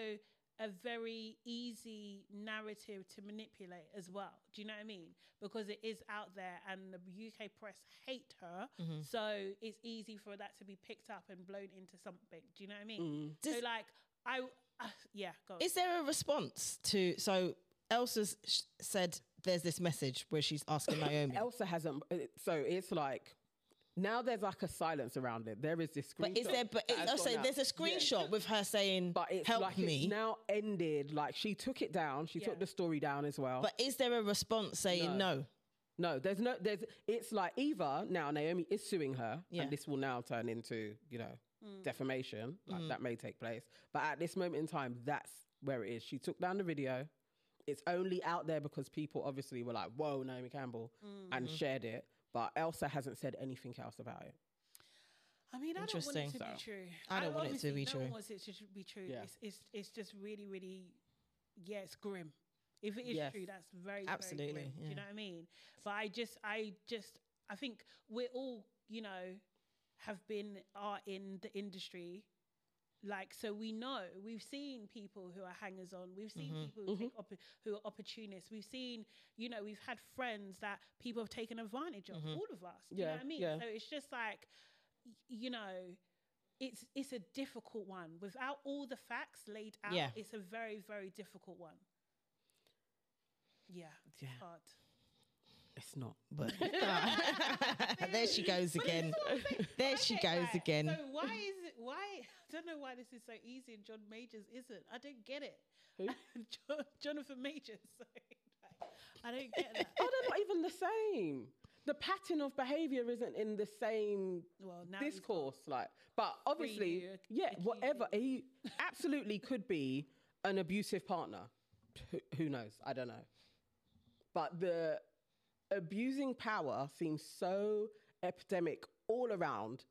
a very easy narrative to manipulate as well. Do you know what I mean? Because it is out there and the UK press hate her. Mm-hmm. So it's easy for that to be picked up and blown into something. Do you know what I Mm. mean? So, Mm. Does- like, I, uh, yeah, go. on. Is there a response to so Elsa's sh- said there's this message where she's asking Naomi. Elsa hasn't. uh, So it's like Now there's like a silence around it. There is this screenshot. But is there? But that has it, also, gone out. there's a screenshot with her saying, But it's "Help like me." it's now ended. Like she took it down. She Yeah. took the story down as well. but is there a response saying no? no, there's no. There's. It's like either now Naomi is suing her, Yeah. Hmm. and this will now turn into you know defamation. Like that may take place. But at this moment in time, that's where it is. She took down the video. It's only out there because people obviously were like, "Whoa, Naomi Campbell," Mm. and Mm-hmm. shared it. But Elsa hasn't said anything else about it. I mean, I don't want it Interesting. to So- be true. I don't want it to obviously- be no true. one wants it to tr- be true. Yeah. It's, it's it's just really, really, yeah, it's grim. If it is Yes. true, that's very Absolutely, Very grim, Do yeah. you know what I mean? But I just, I just, I think we're all, you know, have been are in the industry. Like so, we know we've seen people who are hangers on. We've seen people who, take oppo- who are opportunists. We've seen, you know, we've had friends that people have taken advantage of. All of us. Do you know Yeah, what I mean? yeah. So it's just like, y- you know, it's it's a difficult one. Without all the facts laid out, Yeah. it's a very very difficult one. Yeah, it's Yeah. hard. It's not. But there she goes But this again. is what I'm saying. There she Okay, goes right, again. So why is it? Why I don't know why this is so easy and John Majors isn't. I don't get it. Who? Jo- Jonathan Majors. Sorry, like, I don't get that. Oh, they're not even the same. The pattern of behavior isn't in the same well, now he's got- discourse. Like, but obviously, you, yeah, accuse whatever. He absolutely could be an abusive partner. Who, who knows? I don't know. But the abusing power seems so epidemic all around.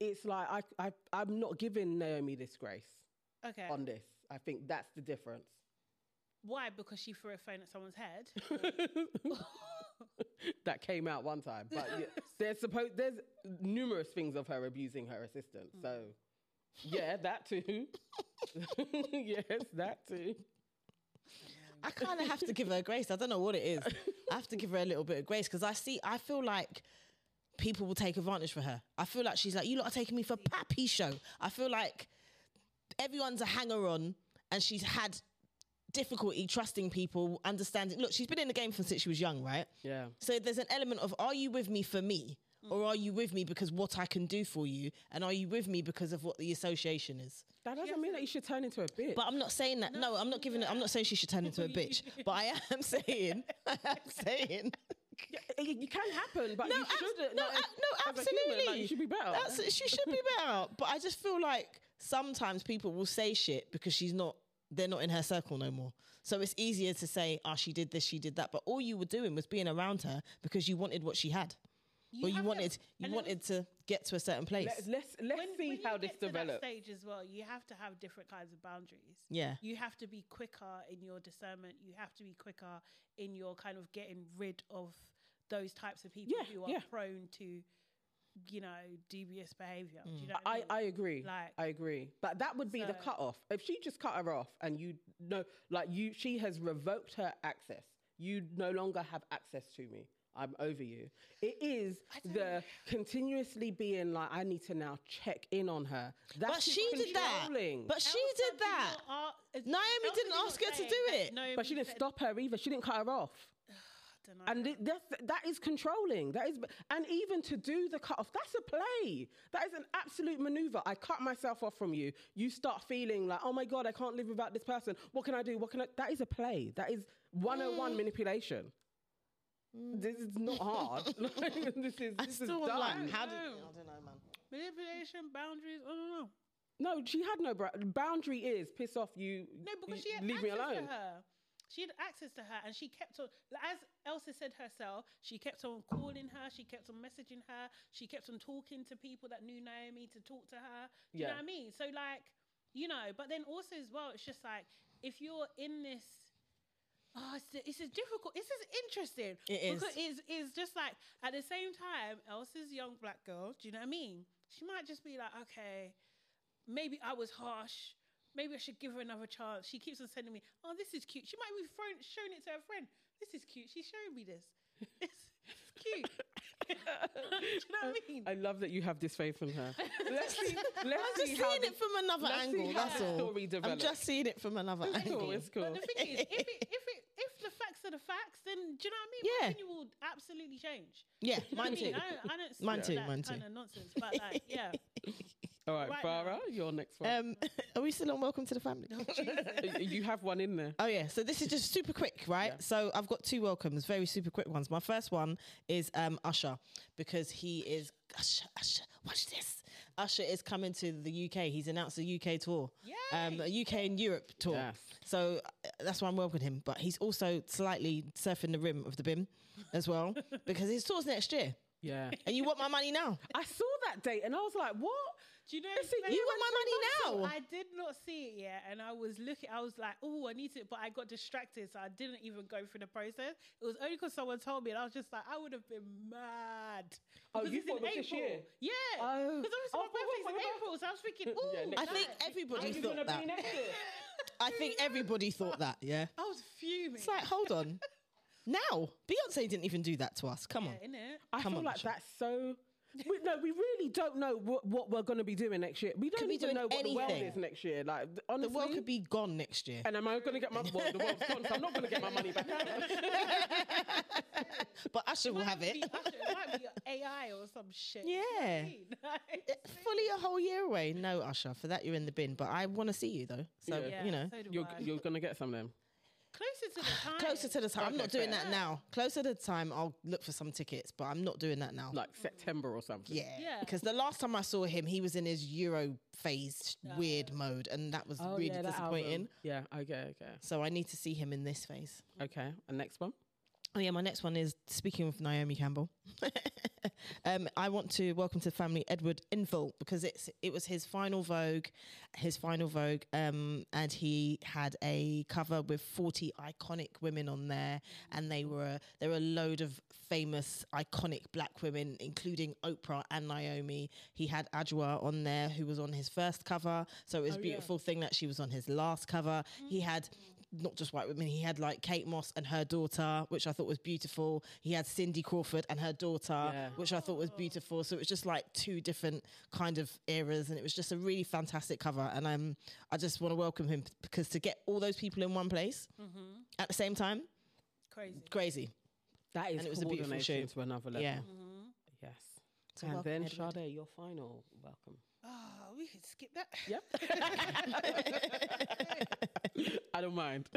It's like I, I, I'm not giving Naomi this grace Okay. on this. I think that's the difference. Why? Because she threw a phone at someone's head. that came out one time. But yeah, there's supposed there's numerous things of her abusing her assistant. So yeah, that too. yes, that too. I kind of have to give her grace. I don't know what it is. I have to give her a little bit of grace because I see, I feel like people will take advantage for her. I feel like she's like, you lot are taking me for Pappy Show. I feel like everyone's a hanger on and she's had difficulty trusting people, understanding. Look, she's been in the game from since she was young, right? Yeah. So there's an element of are you with me for me? Or are you with me because what I can do for you? And are you with me because of what the association is? That doesn't mean that you should turn into a bitch. But I'm not saying that. No, I'm not giving it. I'm not saying she should turn into a bitch. But I am saying, I am saying. it, it can happen, but you abs- shouldn't. no, like, ab- no, as a human, like, absolutely. you should be better. That's, she should be better. But I just feel like sometimes people will say shit because she's not. They're not in her circle no more. So it's easier to say, "Ah, she did this, she did that." But all you were doing was being around her because you wanted what she had, or you have to- wanted you and then wanted to get to a certain place. Let, let's let's see you how this get to that develops. stage as well, you have to have different kinds of boundaries. yeah, You have to be quicker in your discernment. You have to be quicker in your kind of getting rid of those types of people Yeah, who are yeah. prone to, you know, dubious behavior. Do you know what I, mean? I agree. Like- I agree. But that would be the So- cut off. If she just cut her off and you know, like you, she has revoked her access. You no longer have access to me. I'm over you. It is the continuously being like, I need to now check in on her. That's but she did that. controlling. But she Elsa did that. not a- Naomi Elsa didn't did not ask her to say do that it. Naomi But she didn't said- stop her either. She didn't cut her off. Dunno. And it, that's, that is controlling. That is, and even to do the cut off, that's a play. That is an absolute maneuver. I cut myself off from you. You start feeling like, oh my god, I can't live without this person. What can I do? What can I? That is a play. That is Mm. 101 manipulation. This is not hard. this is I this still is am done. like, how did? I No. don't know, man. manipulation boundaries. I don't know. no, she had no bra- boundary. Is piss off you? No, because you- she had leave access me alone. to her. She had access to her, and she kept on, like, as Elsa said herself, she kept on calling her, she kept on messaging her, she kept on talking to people that knew Naomi to talk to her. Do you Yeah. know what I mean? So, like, you know, but then also as well, it's just like if you're in this. Oh, it's, it's a difficult. This is interesting. It is. Because it's, it's just like, at the same time, Elsa's a young black girl. Do you know what I mean? She might just be like, okay, maybe I was harsh. Maybe I should give her another chance. She keeps on sending me, oh, this is cute. She might be thrown, shown it to her friend. This is cute. She's showing me this. It's, it's cute. Do you know what I mean? I love that you have this faith in her. let's see. Let's I'm just see how seeing this- it from another let's see angle. how That's the all. story I'm develops. just seeing it from another It's angle. cool. It's cool. But the thing is, if, it, if, it, if the facts are to the facts, then do you know what I mean? Yeah. My opinion will absolutely change. Yeah, Do you know mine what I too. mean? I, don't- I don't see Mine too, that mine too. kind of nonsense, but like, yeah. All right, Right Farah, now. your next one. Uh, Um, are we still on Welcome to the Family? Y- you have one in there. Oh yeah, so this is just super quick, right? Yeah. So I've got two welcomes, very super quick ones. My first one is um, Usher because he is Usher. Usher, watch this. Usher is coming to the UK. He's announced a UK tour, um, a UK and Europe tour. Yes. So uh, that's why I'm welcoming him. But he's also slightly surfing the rim of the bin as well because his tour's next year. Yeah. And you want my money now? I saw that date and I was like, what? Do you know? Listen, Faye, You want my money now? I did not see it yet, and I was looking. I was like, "Oh, I need to," but I got distracted, so I didn't even go through the process. It was only because someone told me, and I was just like, "I would have been mad." Oh, Because you it's thought in it was this April. year? Yeah, Oh. because Oh, but what- obviously my birthday's what in about- April, so I was thinking, Yeah, next I "Ooh, Nah. think like- everybody You're thought gonna be that. next year. I think everybody thought that. Yeah. I was fuming." It's like, hold on. Now, Beyonce didn't even do that to us. Come on. yeah, innit? I Come feel on, like Usher. that's so. We, no, we really don't know what, what we're going to be doing next year. We don't Could be even doing know what the world anything. is next year. Like th- honestly, The world could be gone next year. and am I going to get my? Well, the world's gone, so I'm not going to get my money back. But Usher will have Might it. be Usher, it might be AI or some shit. you know what I Yeah. mean? Like, it's Fully a whole year away. No, Usher. For that, you're in the bin. But I want to see you, though. So, Yeah. yeah, you know, so do You're, I. you're going to get some of them. closer to the time. closer to the time. I'm Okay, not doing fair. that now. Closer to the time, I'll look for some tickets. But I'm not doing that now. like September or something. Yeah. Yeah. Because the last time I saw him, he was in his Euro phase weird Uh-huh. mode. And that was Oh, Oh, really disappointing. Yeah. Okay. Okay. So I need to see him in this phase. Okay. And next one. Oh yeah, my next one is speaking of Naomi Campbell. um, I want to welcome to the family Edward Infall because it's it was his final Vogue, his final Vogue, um, and he had a cover with forty iconic women on there, and they were there were a load of famous iconic black women, including Oprah and Naomi. He had Adjua on there, who was on his first cover, so it was a beautiful thing that she was on his last cover. He had not just white women. He had like Kate Moss and her daughter, which I thought was beautiful. He had Cindy Crawford and her daughter, Yeah. which I thought was beautiful. So it was just like two different kind of eras, and it was just a really fantastic cover. And um, I just want to welcome him p- because to get all those people in one place Mm-hmm. at the same time, Crazy. crazy. That is And it was a beautiful coordination show. to another level. Yeah. Yes. So and welcome, then Edward. Sade, your final welcome. Oh, we could skip that. Yep. I don't mind.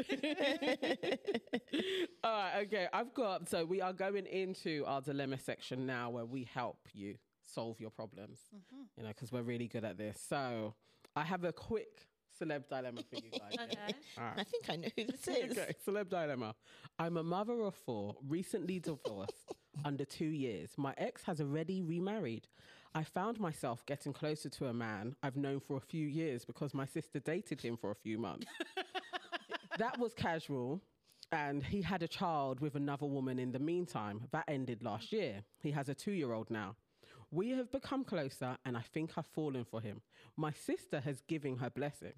All right, okay. I've got so we are going into our dilemma section now where we help you solve your problems. Mm-hmm. You know, because we're really good at this. So I have a quick celeb dilemma for you guys. yeah? Okay. All right. I think I know who this is. Okay, celeb dilemma. I'm a mother of four, recently divorced, under two years. My ex has already remarried. I found myself getting closer to a man I've known for a few years because my sister dated him for a few months. that was casual. And he had a child with another woman in the meantime. That ended last year. He has a two year old now. We have become closer, and I think I've fallen for him. My sister has given her blessing.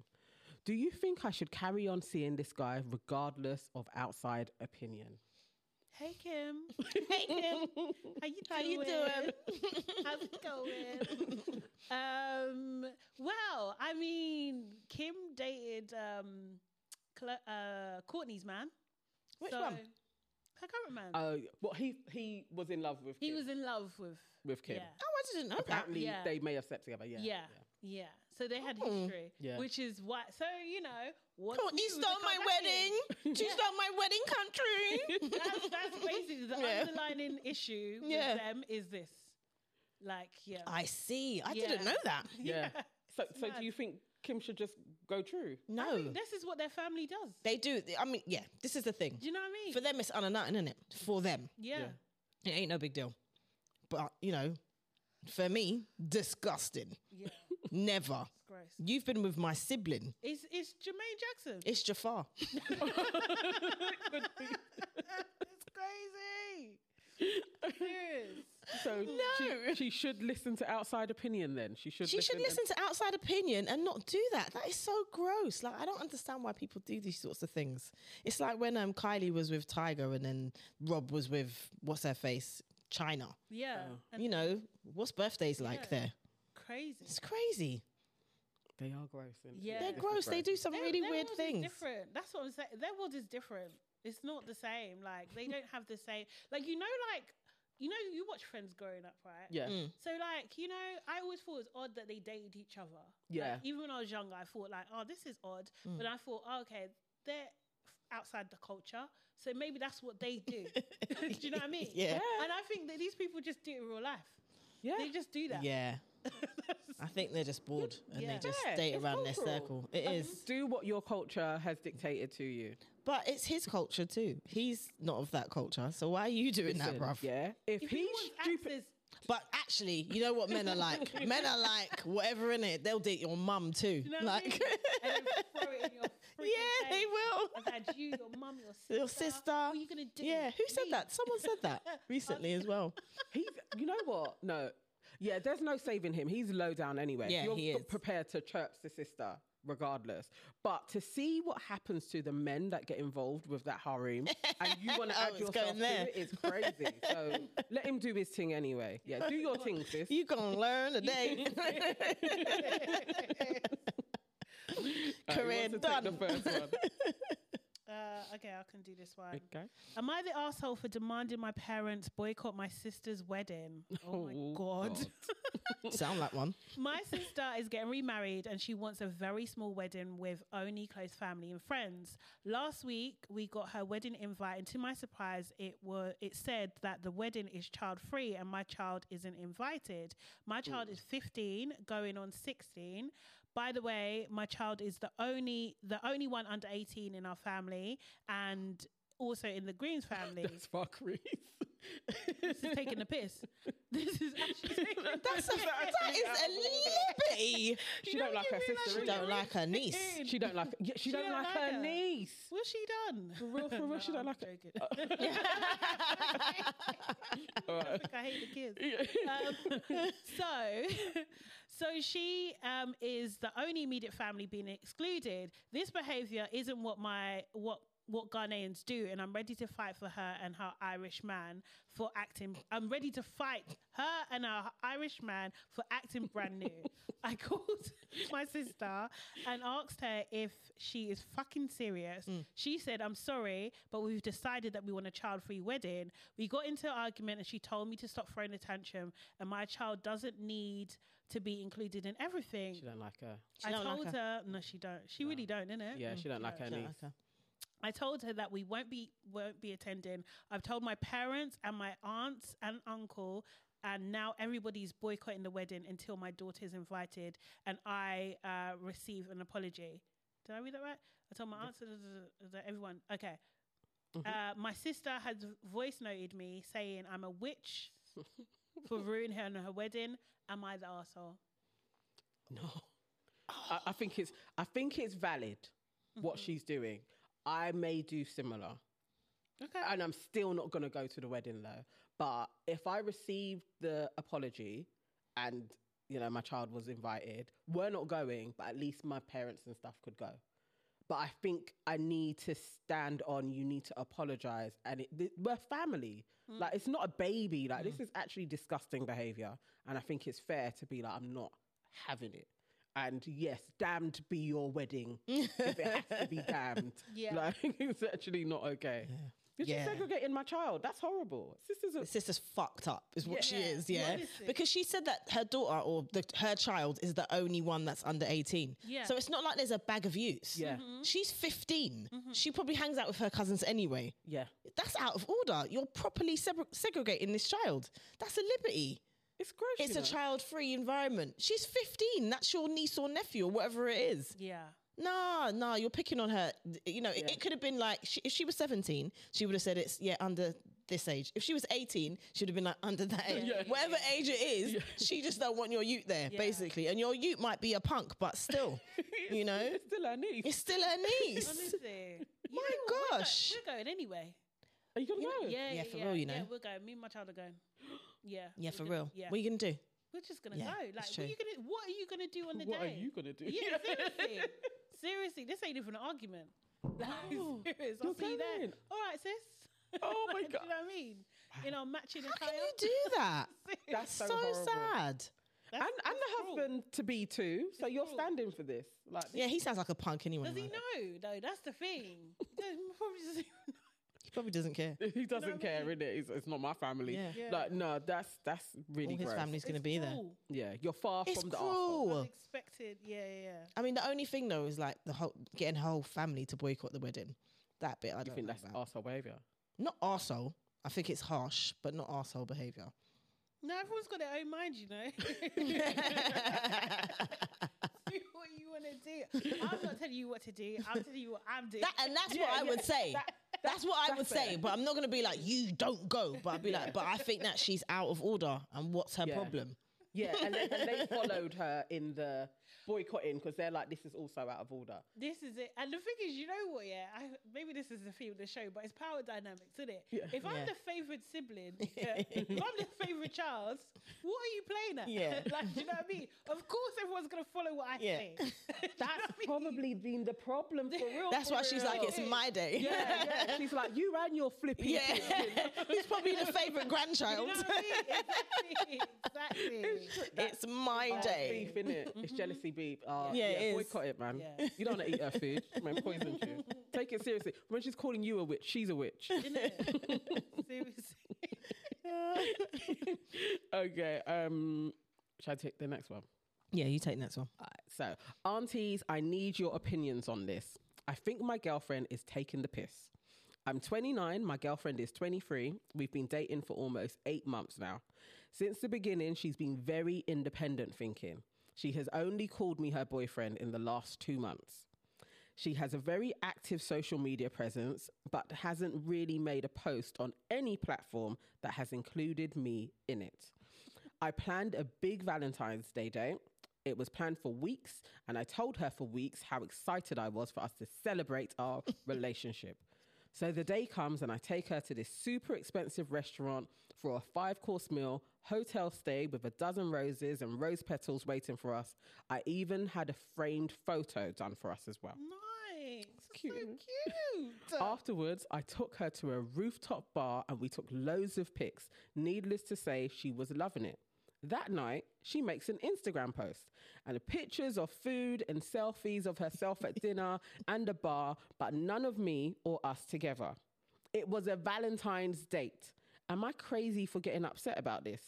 Do you think I should carry on seeing this guy regardless of outside opinion? Hey Kim. Hey Kim. How you How you doing? doing? How's it going? um, well, I mean, Kim dated um, Cla- uh, Courtney's man. Which so- one? Her current man. Oh, well, he he was in love with he Kim- was in love with. with Kim. Yeah. Oh, I didn't know that. Apparently, Yeah. they may have slept together. Yeah, Yeah. Yeah. So they had history, Yeah. which is why. So you know, what Oh. Courtney you do is stole a my "Oh, Kardashian. wedding. She stole my wedding country. That's, that's basically the Yeah. underlining issue Yeah. with them is this, like, yeah, I see. I didn't Yeah. know that. Yeah. So, It's so mad. do you think Kim should just go through? I No, think this is what their family does. they do. I mean, yeah, this is the thing. Do you know what I mean? For them, it's unannounced, isn't it? For them, yeah. Yeah. it ain't no big deal. But you know, for me, disgusting. Yeah. Never. Gross. You've been with my sibling. It's, it's Jermaine Jackson. It's Jafar. it's crazy. Serious. So she, she should listen to outside opinion. Then she should. She should and- listen to outside opinion and not do that. That is so gross. Like I don't understand why people do these sorts of things. It's like when um Kylie was with Tiger and then Rob was with what's her face China. Yeah. And You know what's birthdays like Yeah. there? crazy. It's crazy. They are gross. innit? Yeah. They're This gross. They do some Their- really their weird world is things. different. That's what I'm saying. Their world is different. It's not the same. Like they don't have the same. Like you know, like you know, you watch Friends growing up, right? Yeah. Mm. So like you know, I always thought it was odd that they dated each other. Like, Yeah. even when I was younger, I thought like, oh, this is odd. Mm. But I thought, oh, okay, they're f- outside the culture, so maybe that's what they do. do you know what I mean? Yeah. And I think that these people just do it in real life. Yeah. They just do that. Yeah. That's- I think they're just bored and Yeah. they just Yeah, stay it's around their cultural. circle. It is, Like, Um, Do what your culture has dictated to you. But it's his culture too. He's not of that culture. So why are you doing Listen, that, bruv? Yeah. If, if he he's wants stupid, access, But actually, you know what men are like? men are like, whatever in it, they'll date your mum too. you know what I like, mean? and then throw it in your freaking yeah, they face. will. I've had you, your mum, your sister. Your What sister. are you gonna do? Yeah, who said Me? that? Someone said that recently as well. he's. You know what? No. Yeah. There's no saving him. He's low down anyway. Yeah, You're he p- is. prepared to chirp the sister. Regardless, but to see what happens to the men that get involved with that harem, and you want to Oh, add it's yourself going there. to it, it's crazy. So let him do his thing anyway. Yeah, do your thing, sis. You gonna learn today. Alright, who Career wants to take done. The first one? Uh, okay, I can do this one. Okay. Am I the asshole for demanding my parents boycott my sister's wedding? Oh, Oh, my god. God. Sound like one. My sister is getting remarried and she wants a very small wedding with only close family and friends. Last week we got her wedding invite and to my surprise it were it said that the wedding is child free and my child isn't invited. My child is 15 going on 16. By the way, my child is the only the only one under 18 in our family and also in the Greens family. That's fuckery. this is taking the piss. This is actually taking the That's a, piss. that is a liberty. She You know don't when like you her realise sister She when either. don't like her niece. you're She don't like. Yeah, she, don't, like, her, niece. What's she done? For real, for real, she don't like it. I think I hate the kids. Um, so, so she um, is the only immediate family being excluded. This behaviour isn't what my what what Ghanaians do, and I'm ready to fight for her and her Irish man for acting. I'm ready to fight her and her Irish man for acting brand new. I called my sister and asked her if she is fucking serious. She said, I'm sorry, but we've decided that we want a child free wedding. We got into an argument and she told me to stop throwing a tantrum and my child doesn't need to be included in everything. She don't like her. I don't like told her, no, she don't. She really don't, innit? Yeah, she don't like her Don't niece. like her. I told her that we won't be won't be attending. I've told my parents and my aunts and uncle, and now everybody's boycotting the wedding until my daughter is invited and I uh, receive an apology. Did I read that right? I told my aunts that everyone. Okay. Uh, my sister has voice noted me saying I'm a witch for ruining her and her wedding. Am I the asshole? No. I, I think it's. I think it's valid what she's doing. I may do similar, Okay. and I'm still not gonna go to the wedding though. But if I received the apology, and you know my child was invited, we're not going, but at least my parents and stuff could go. But I think I need to stand on. You need to apologize, and it, th- we're family. Hmm. Like it's not a baby. Like this is actually disgusting behavior, and I think it's fair to be like, I'm not having it. And yes, damned be your wedding if it has to be damned. Yeah. like it's actually not okay. You're Yeah. just segregating my child. That's horrible. Sisters, are, The sister's fucked up, is what Yeah. she is, Yeah. yeah. What is it? Because she said that her daughter or the, her child is the only one that's under 18. Yeah. So it's not like there's a bag of use. Yeah. Mm-hmm. Mhm. She's 15. She probably hangs out with her cousins anyway. yeah, That's out of order. You're properly segre- segregating this child. That's a liberty. it's gross. It's you a know? child free environment. She's 15. That's your niece or nephew or whatever it is. Yeah. Nah, nah, you're picking on her. D- You know, it, it could have been like, she, if she was 17, she would have said it's, yeah, under this age. If she was 18, she would have been like, under that age. Whatever age it is, she just don't want your ute there, basically. And your ute might be a punk, but still, you know, It's still our niece. it's still her niece. Honestly. My gosh. We're, go- we're going anyway. Are you gonna go? Yeah, Yeah, for real, you Yeah, know. we're going. Me and my child are going. Yeah. yeah, we're for gonna- real. Yeah. What are We, you going to do? are just gonna Yeah, go. it's Like, what true. are you gonna What are you gonna do on the What day? are you gonna do? Yeah, seriously. seriously, this ain't even an argument. Like, Oh No, serious. I'll you're see you there. going. All right, sis. Oh my do you know God. what I mean? You know, matching How can you do that? That's so, so horrible. sad. And and the husband to be too. So you're standing for this. Like Yeah, he sounds like a punk anyway. Does he man. know? No, that's the thing. No, he probably doesn't even know. He probably doesn't care. he doesn't I mean? care, innit? It's, it's not my family. Yeah. Yeah. Like, no, that's that's really All his gross. family's going to be there. cruel, Yeah, you're far It's from the arsehole. cruel. Unexpected. Yeah, yeah, yeah. I mean, the only thing though is like the whole getting her whole family to boycott the wedding. That bit I Do you don't think know that's about. arsehole behavior? not arsehole. I think it's harsh, but not arsehole behavior. No, everyone's got their own mind, you know. that Do what you want to do. I'm not telling you what to do. I'm telling you what I'm doing. and that's what I would say. that's what I would say. But I'm not gonna be like you don't go. But I'd be like, but I think that she's out of order. And what's her Yeah. problem? Yeah, and they, and they followed her in the boycotting because they're like, this is also out of order. This is it. And the thing is, you know what? Yeah, I, maybe this is the theme of the show, but it's power dynamics, isn't it? Yeah. If I'm Yeah. the favorite sibling, yeah, if I'm the favorite child, what are you playing at? Yeah. like, do you know what I mean? Of course, everyone's gonna follow what I Yeah. say. Do you know what I That's mean? probably been the problem for real. That's for why she's like, real. it's my day. Yeah, yeah. She's like, you ran your flipping. Yeah. Yeah. He's probably the favorite You grandchild. know what I mean? Exactly. exactly. it's my day. Beef, innit? It's jealousy beef. Uh, Yeah, yeah, it is. boycott it, man. Yeah. You don't want to eat her food. Man poisoned you. Take it seriously. When she's calling you a witch, she's a witch. Isn't it? Seriously. okay. Um, should I take the next one? Yeah, you take next one. So, aunties, I need your opinions on this. I think my girlfriend is taking the piss. I'm 29, my girlfriend is 23. We've been dating for almost eight months now. Since the beginning, she's been very independent thinking. She has only called me her boyfriend in the last two months. She has a very active social media presence, but hasn't really made a post on any platform that has included me in it. I planned a big Valentine's Day date. It was planned for weeks, and I told her for weeks how excited I was for us to celebrate our relationship. So the day comes, and I take her to this super expensive restaurant for a five course meal, hotel stay with a dozen roses and rose petals waiting for us. I even had a framed photo done for us as well. Nice. That's So Cute. cute. Afterwards, I took her to a rooftop bar and we took loads of pics. Needless to say, she was loving it. That night, she makes an Instagram post and the pictures of food and selfies of herself at dinner and a bar, but none of me or us together. It was a Valentine's date. Am I crazy for getting upset about this?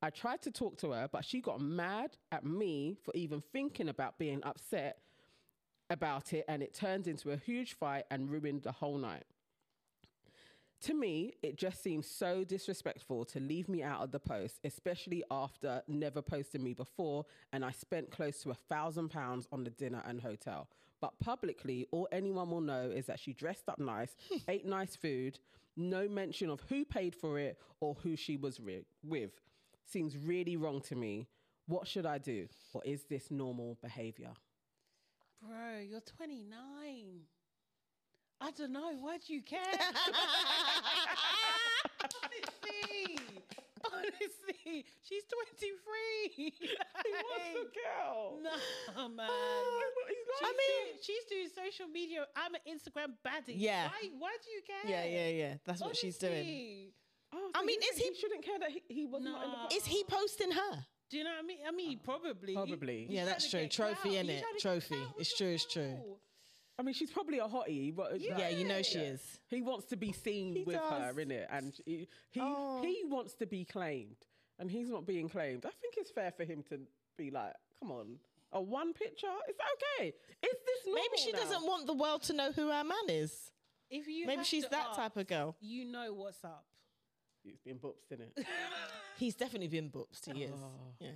I tried to talk to her, but she got mad at me for even thinking about being upset about it and it turned into a huge fight and ruined the whole night. To me, it just seems so disrespectful to leave me out of the post, especially after never posting me before and I spent close to a thousand pounds on the dinner and hotel. But publicly, all anyone will know is that she dressed up nice, ate nice food, no mention of who paid for it or who she was ri- with. Seems really wrong to me. What should I do? Or is this normal behavior? Bro, you're 29. I don't know. Why do you care? Honestly. Honestly. She's 23. What's the girl? Nah, man. She's I mean, doing, she's doing social media. I'm an Instagram baddie. Yeah. Why, why do you care? yeah, yeah, yeah. That's what she's doing. Honestly. Oh, I so mean, you is think he- shouldn't care that he, he was not in the Nah. party? Is he posting her? Do you know what I mean? I mean, probably. Probably. Yeah, that's trying to true. get Trophy, clout. innit? You trying to get Trophy. clout with It's your true, it's true. girl. I mean, she's probably a hottie, but Yeah, you know she Yeah. is. He wants to be seen He with her, does. innit? And he he, Oh. he wants to be claimed, and he's not being claimed. I think it's fair for him to be like, "Come on, a one picture? Is that okay? Is this normal Maybe she now?" doesn't want the world to know who her man is. If you Maybe have she's to that ask, type of girl. You know what's up. It's been books, isn't it? He's definitely been booped. He is. Oh. Yeah.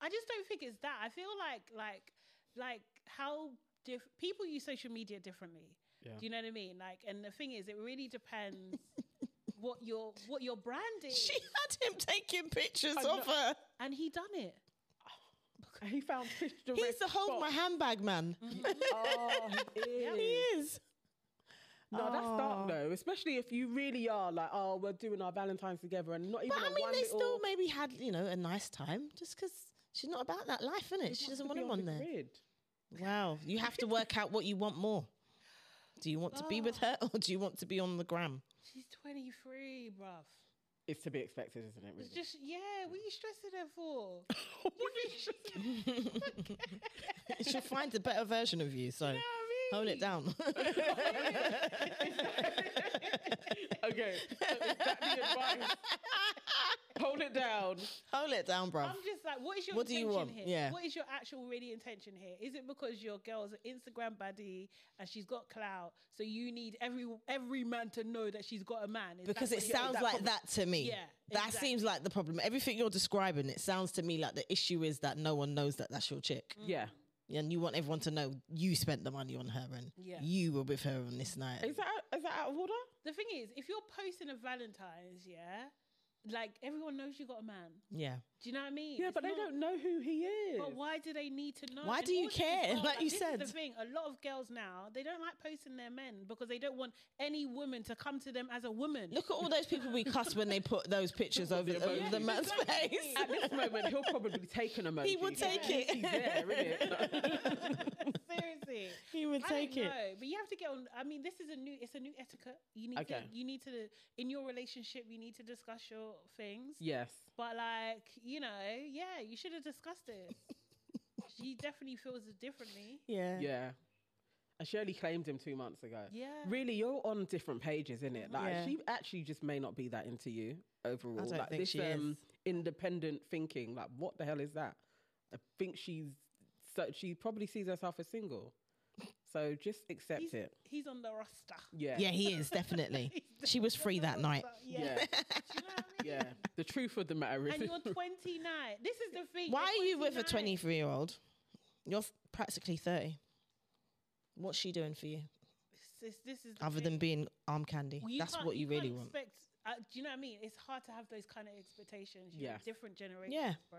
I just don't think it's that. I feel like like like how diff- people use social media differently. Yeah. Do you know what I mean? Like, and the thing is, it really depends what your what your brand is. She had him taking pictures I'm of not- her. and he done it. he found Fish the He's the hold my handbag man. Oh, he He is. is. Mm. No, that's Oh. dark though, especially if you really are like, oh, we're doing our Valentine's together and not even. But a I mean, one they little- still maybe had, you know, a nice time just because she's not about that life, innit? She doesn't want him on there. Wow. You have to work out what you want more. Do you want to be with Oh. her or do you want to be on the gram? She's twenty three, bruv. It's to be expected, isn't it? Really? It's just yeah. What are you stressing her for? What are you just- She'll find a better version of you. So You know what I mean? hold it down. Okay, so is that the advice? Hold it down. Hold it down, bruv. I'm just like, what is your What do you intention want? here? Yeah. What is your actual really intention here? Is it because your girl's an Instagram baddie and she's got clout, so you need every every man to know that she's got a man? Is that Because what it your- is sounds that like probably- that to me. Yeah, That exactly. seems like the problem. Everything you're describing, it sounds to me like the issue is that no one knows that that's your chick. Mm. Yeah, And you want everyone to know you spent the money on her and Yeah. you were with her on this night. is that out- is that out of order? The thing is, if you're posting a Valentine's, yeah, like everyone knows you got a man. Yeah. Do you know what I mean? Yeah, It's but they not- don't know who he is. But why do they need to know? Why And do you also as care? Like you Oh, this said. is the thing. A lot of girls now they don't like posting their men because they don't want any woman to come to them as a woman. Look at all those people we cuss when they put those pictures over, the over emojis. the man's Exactly. face. At this moment, he'll probably be taken emoji. He would take it. He's there, innit? Seriously, he would I take don't it. know, but you have to get on. I mean, this is a new. It's a new etiquette. You need Okay. to. You need to. In your relationship, you need to discuss your things. yes. But like, you know, yeah, you should have discussed it. she definitely feels it differently. Yeah. Yeah. And Shirley claimed him two months ago. Yeah. Really, you're on different pages, isn't it? Like Yeah. she actually just may not be that into you overall. don't like think this um, she is. independent thinking. Like what the hell is that? I think she's so she probably sees herself as single. So just accept He's, it. he's on the roster. Yeah. Yeah, he is definitely. He's She was free on the that night. roster, Yeah. Do you know what I mean? Yeah. The truth of the matter is And you're 29. This is the thing. Why are you're you with a 29. 23 year old? You're f- practically 30. What's she doing for you This, this is the other thing. than being arm candy? Well, you That's can't- what you can't really want. Expect, uh, do you know what I mean? It's hard to have those kind of expectations. You're Yeah. different generations, Yeah. bro.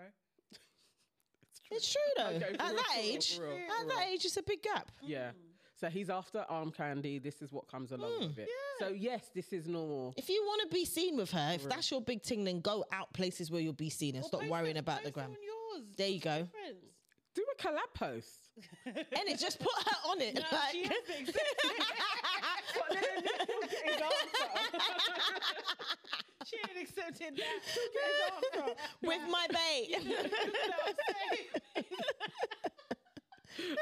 It's true though. Okay, for real, at that for real, age, for real, at for that real. age, it's a big gap. Yeah. Mm. So he's after arm candy. This is what comes along Mm. with it. So yes, this is normal. If you want to be seen with her, if Right. that's your big thing, then go out places where you'll be seen and Or stop post worrying it- about the post it gram. on yours. There you go. Friends. Do a collab post. And it just put her on it. No, like- she has the exact- She ain't accepted that. with my bait. I- you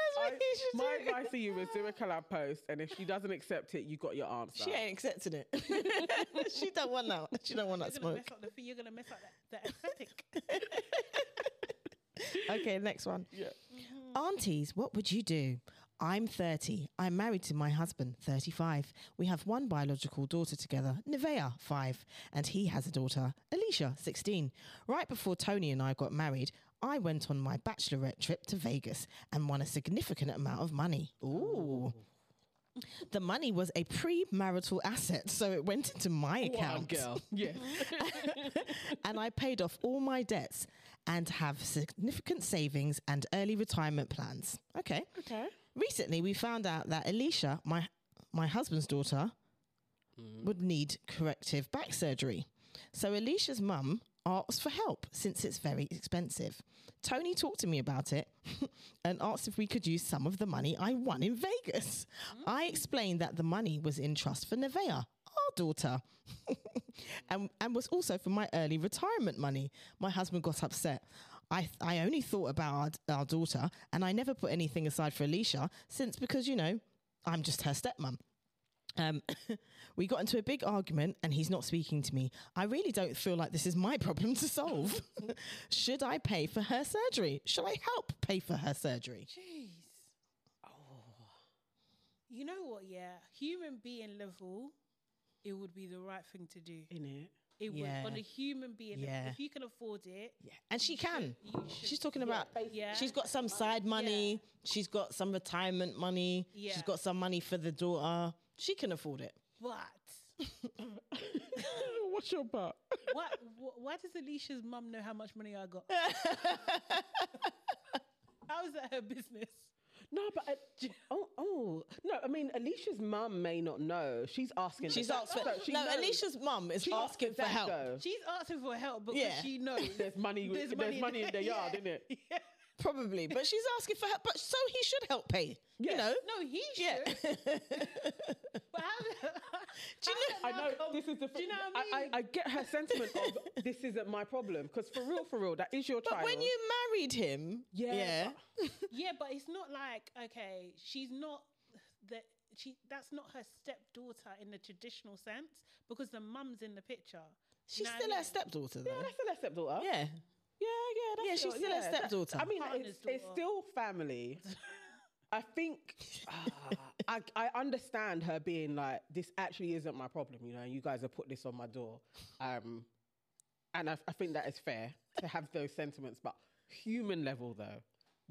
should my do. advice to you is do a collab post, and if she doesn't accept it, you got your answer. she ain't accepting it. she don't want that. She don't want that You're gonna mess smoke. up the thing. You're gonna mess up that, the aesthetic. Okay, next one. Yeah. Aunties, what would you do? I'm 30. I'm married to my husband, 35. We have one biological daughter together, Nevaeh, 5, and he has a daughter, Alicia, 16. Right before Tony and I got married, I went on my bachelorette trip to Vegas and won a significant amount of money. Ooh. The money was a pre-marital asset, so it went into my Wow, account girl. Yes. and I paid off all my debts and have significant savings and early retirement plans. Okay. okay. Recently, we found out that Alicia, my my husband's daughter, would need corrective back surgery. So Alicia's mum asked for help since it's very expensive. Tony talked to me about it and asked if we could use some of the money I won in Vegas. I explained that the money was in trust for Nevaeh, our daughter, and, and was also for my early retirement money. My husband got upset. I, I only thought about our, d- our daughter and I never put anything aside for Alicia since because, you know, I'm just her stepmom. Um, we got into a big argument and he's not speaking to me. I really don't feel like this is my problem to solve. Should I pay for her surgery? Should I help pay for her surgery? Jeez. Oh, You know what? Yeah, human being level, it would be the right thing to do. In it. It Yeah. would on a human being. level, Yeah. If you can afford it, Yeah. And she can. you should. She's talking about yeah. she's got some side money, she's got some retirement money, Yeah. she's got some money for the daughter. She can afford it. But What's your part? why, wh- why does Alicia's mum know how much money I got? how is that her business? No, but uh, j- oh, oh no. I mean, Alicia's mum may not know. She's asking. She's So- asked for so she No, knows. Alicia's mum is She asked asking for that, help. though. She's asking for help because Yeah. she knows There's money. There's, there's money, in the yard, isn't it? Yeah. Probably, but she's asking for help. But so he should help pay. Yeah. You know? No, he should. Yeah. But how, Do you know- how I did know come- this is the. Do you know what I I, mean? I, I get her sentiment of this isn't my problem because for real, for real, that is your but child. when you married him, Yeah, yeah, yeah, but it's not like okay, she's not the she that's not her stepdaughter in the traditional sense because the mum's in the picture. She's Nah, still yeah. her stepdaughter, though. Yeah, that's still her stepdaughter. Yeah. yeah, yeah. That's Yeah, she's your- still her yeah, that- stepdaughter. I mean, Partner's it's, it's daughter. still family. I think ah, I, I understand her being like, this actually isn't my problem, you know, you guys have put this on my door. Um, and I, I think that is fair to have those sentiments, but human level though,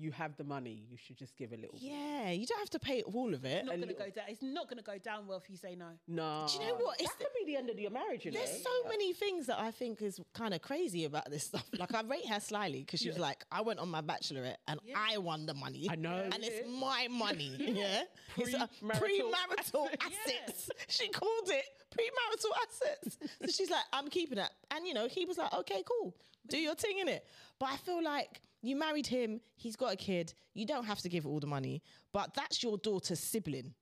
you have the money, you should just give a little. bit. Yeah, you don't have to pay all of it. Not gonna little- go down. It's not gonna go down well if you say no. No. Do you know what? It's That could be the end of your marriage, you know. There's so many things that I think is kind of crazy about this stuff. Like I rate her slyly because she was like, I went on my bachelorette and Yeah. I won the money. I know. And it's my money. yeah. It's a Premarital premarital assets. Yeah. She called it premarital assets. so she's like, I'm keeping that. And you know, he was like, okay, cool. Do your thing in it. But I feel like you married him, he's got a kid, you don't have to give all the money. But that's your daughter's sibling.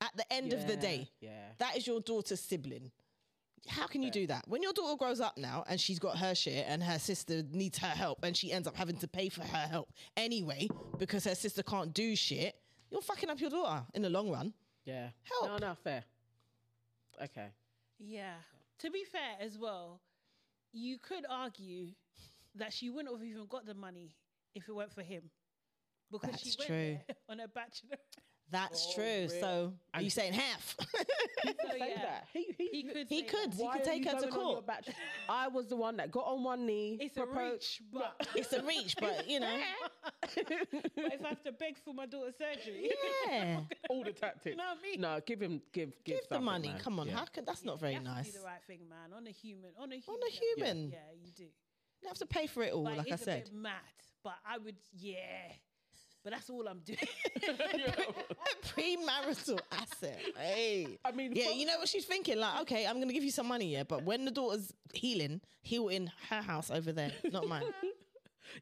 At the end of the Yeah, day. Yeah. That is your daughter's sibling. How can you do that? When your daughter grows up now and she's got her shit and her sister needs her help and she ends up having to pay for her help anyway because her sister can't do shit, you're fucking up your daughter in the long run. Yeah. Help. No, no, fair. Okay. Yeah. To be fair as well, you could argue that she wouldn't have even got the money if it weren't for him. Because she That's went true. there on a bachelor. That's Oh, true. real. So are you saying half? So Say yeah, that. He, he, he could. he say could. that. He Why could are take you her to going on your court. batch- I was the one that got on one knee. It's a proposed- reach, but, It's a reach, but you know. but if I have to beg for my daughter's surgery, Yeah. all the tactics. you know what I mean? No, give him, give, give, Give the something, money. man. Come on. Yeah. How can, that's not very you have nice. To do the You right thing, man. On a human, on a human. a level. human. Yeah, you do. don't have to pay for it all, Like, like I it's a said. bit mad, but I would. Yeah, but that's all I'm doing. Premarital asset. Hey. I mean, Yeah, fuck- you know what she's thinking? Like, okay, I'm gonna give you some money, yeah, but when the daughter's healing, heal in her house over there, not mine.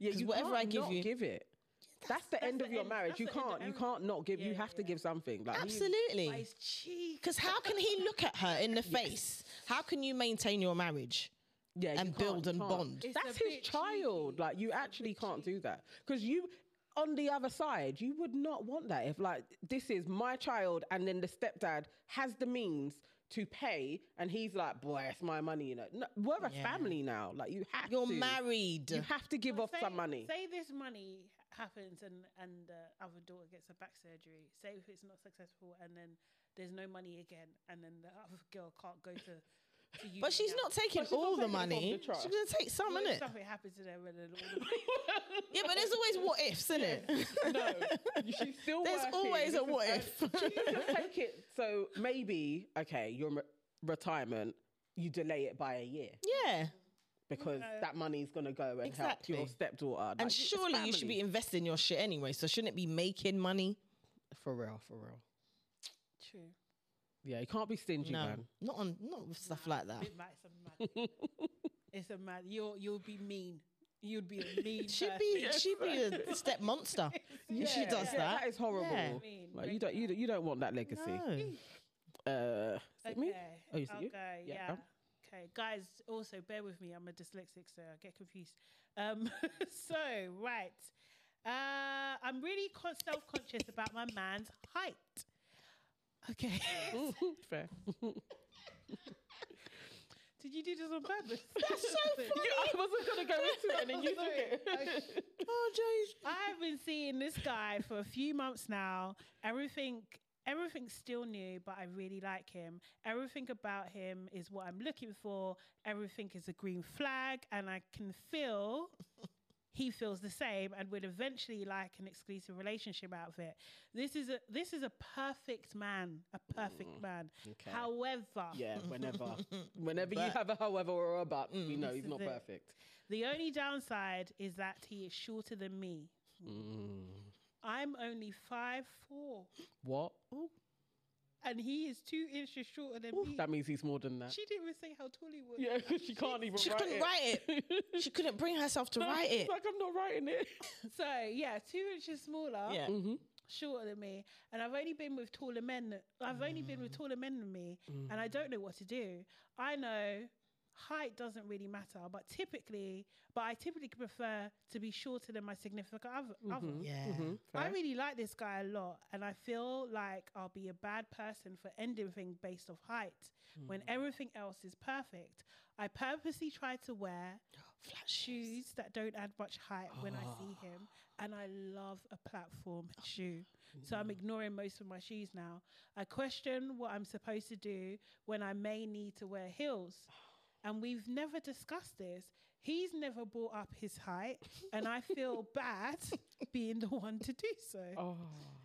yeah, 'cause you whatever can't I give not you- give it. That's, the that's end the of your end- marriage. that's You the end of can't, you every- can't not give. you Yeah, have to yeah. give something. Like he- but Absolutely. it's cheap. Because how can he look at her in the face? How can you maintain your marriage yeah, you and can't, build you and can't. bond? It's That's his a bit child. cheeky. Like you actually can't do that because you, on the other side, you would not want that. If like this is my child, and then the stepdad has the means to pay, and he's like, "Boy, it's my money," you know. No, we're a Yeah. family now. Like you have. You're to, married. You have to give off say, some money. Say this money happens and and the other daughter gets a back surgery. Say if it's not successful and then there's no money again, and then the other girl can't go to. to uni but she's now. not taking But she's not all the taking it off the money. trust. she's gonna take some, What if innit? something happens to them and then all the Yeah, but there's always what ifs, innit? no, she's still. there's working. always This a is what her- if. Just take it. So maybe okay, your re- retirement, you delay it by a year yeah. because Okay. that money's gonna go and Exactly. help your stepdaughter. Like, And it's surely you should family. be investing your shit anyway, so shouldn't it be making money? for real, for real. True. Yeah, you can't be stingy, No. man. Not on not with stuff Nah, like that. It might, it's a mad. it's a mad. You'll you'll be mean. You'd be a mean. She'd person. be she'd be a step monster if she Yeah, does yeah, that. that is horrible. Yeah. Mean, Like, break you don't, you down. don't, you don't want that legacy. No. Uh, is it Okay. me? Oh, is it I'll you? go. Yeah, Yeah. Okay, guys. Also, bear with me. I'm a dyslexic, so I get confused. Um, so right, uh, I'm really con- self-conscious about my man's height. Okay. Fair. Did you do this on purpose? That's so funny. I wasn't gonna go into it, and then you took it. Oh, Jay's I've been seeing this guy for a few months now. Everything everything's still new, but I really like him. Everything about him is what I'm looking for. Everything is a green flag and I can feel he feels the same and would eventually like an exclusive relationship out of it. This is a this is a perfect man, a perfect man. Mm. okay. However, Yeah, whenever, whenever you have a however or a but, Mm, we know he's is not it. perfect. the only downside is that he is shorter than me. Mm, I'm only five four. What? and he is two inches shorter than me. That means he's more than that. She didn't even say how tall he was. yeah, she can't even. she write couldn't it. write it. She couldn't bring herself to write It's it. Like I'm not writing it. So yeah, two inches smaller, Yeah. mm-hmm. shorter than me, and I've only been with taller Mm. men. I've only been with taller men than me, and I don't know what to do. I know height doesn't really matter, but typically, but I typically prefer to be shorter than my significant other. other. Mhm, Yeah. mhm, I fair. really like this guy a lot, and I feel like I'll be a bad person for ending things based off height when Mm. everything else is perfect. I purposely try to wear Flat shoes that don't add much height when I see Ah. him, and I love a platform shoe. So Mm. I'm ignoring most of my shoes now. I question what I'm supposed to do when I may need to wear heels. And we've never discussed this. He's never brought up his height, and I feel bad being the one to do so. Oh.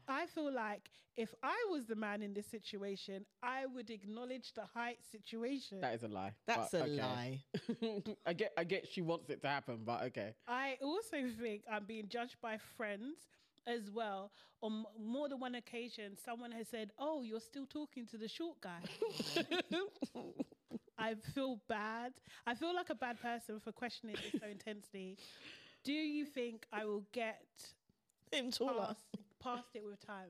I feel like if I was the man in this situation, I would acknowledge the height situation. That is a lie. That's but a okay. lie. I get, I get. She wants it to happen, but okay. I also think I'm being judged by friends as well. On m- more than one occasion, someone has said, Oh, you're still talking to the short guy. I feel bad. I feel like a bad person for questioning this so intensely. Do you think I will get Him taller. past, past it with time?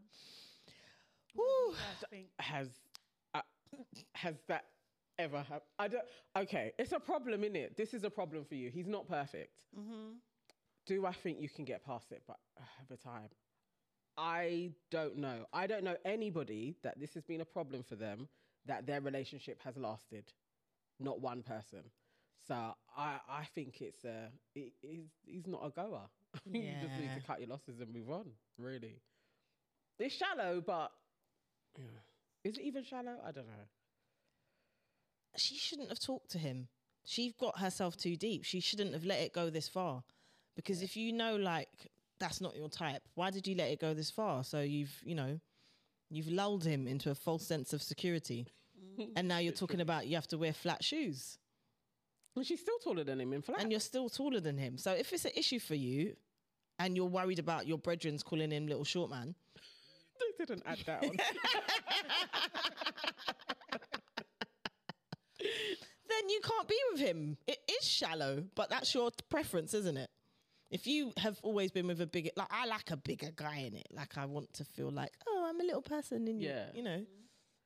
Whew. I think. Has, uh, has that ever happened? I don't. Okay, it's a problem, is it? This is a problem for you. He's not perfect. Mm-hmm. Do I think you can get past it? But uh, over time, I don't know. I don't know anybody that this has been a problem for them that their relationship has lasted. Not one person. So I, I think it's a, it, he's, he's not a goer. you just need Yeah. to cut your losses and move on. Really, it's shallow, but yeah. is it even shallow? I don't know. She shouldn't have talked to him. She got herself too deep. She shouldn't have let it go this far. Because if you know, like, that's not your type, why did you let it go this far? So you've, you know, you've lulled him into a false sense of security. And now you're talking about you have to wear flat shoes And she's still taller than him in flat. and you're still taller than him. So if it's an issue for you and you're worried about your brethren's calling him little short man, they didn't add that on. then you can't be with him. It is shallow, but that's your t- preference, isn't it? If you have always been with a bigger, like I like a bigger guy in it. Like I want to feel like, oh, I'm a little person, and yeah, Yeah. you know.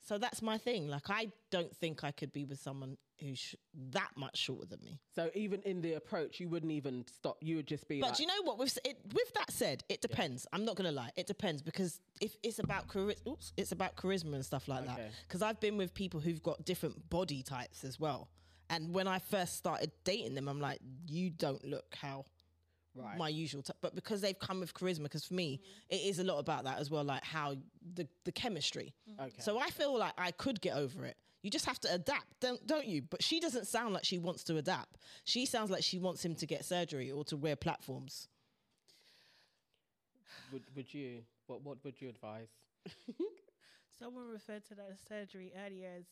So that's my thing. Like I don't think I could be with someone who's sh- that much shorter than me. so even in the approach, you wouldn't even stop. You would just be But like, you know what? With s- it, with that said, it depends. I'm not gonna lie. It depends because if it's about chari- oops, it's about charisma and stuff like that. that. Okay. Because I've been with people who've got different body types as well. And when I first started dating them, I'm like, you don't look how right. my usual type. But because they've come with charisma, because for me, it is a lot about that as well, like how the the chemistry. Okay. So I feel like I could get over it. You just have to adapt, don't don't you? But she doesn't sound like she wants to adapt. She sounds like she wants him to get surgery or to wear platforms. would, would you? What What would you advise? Someone referred to that surgery earlier as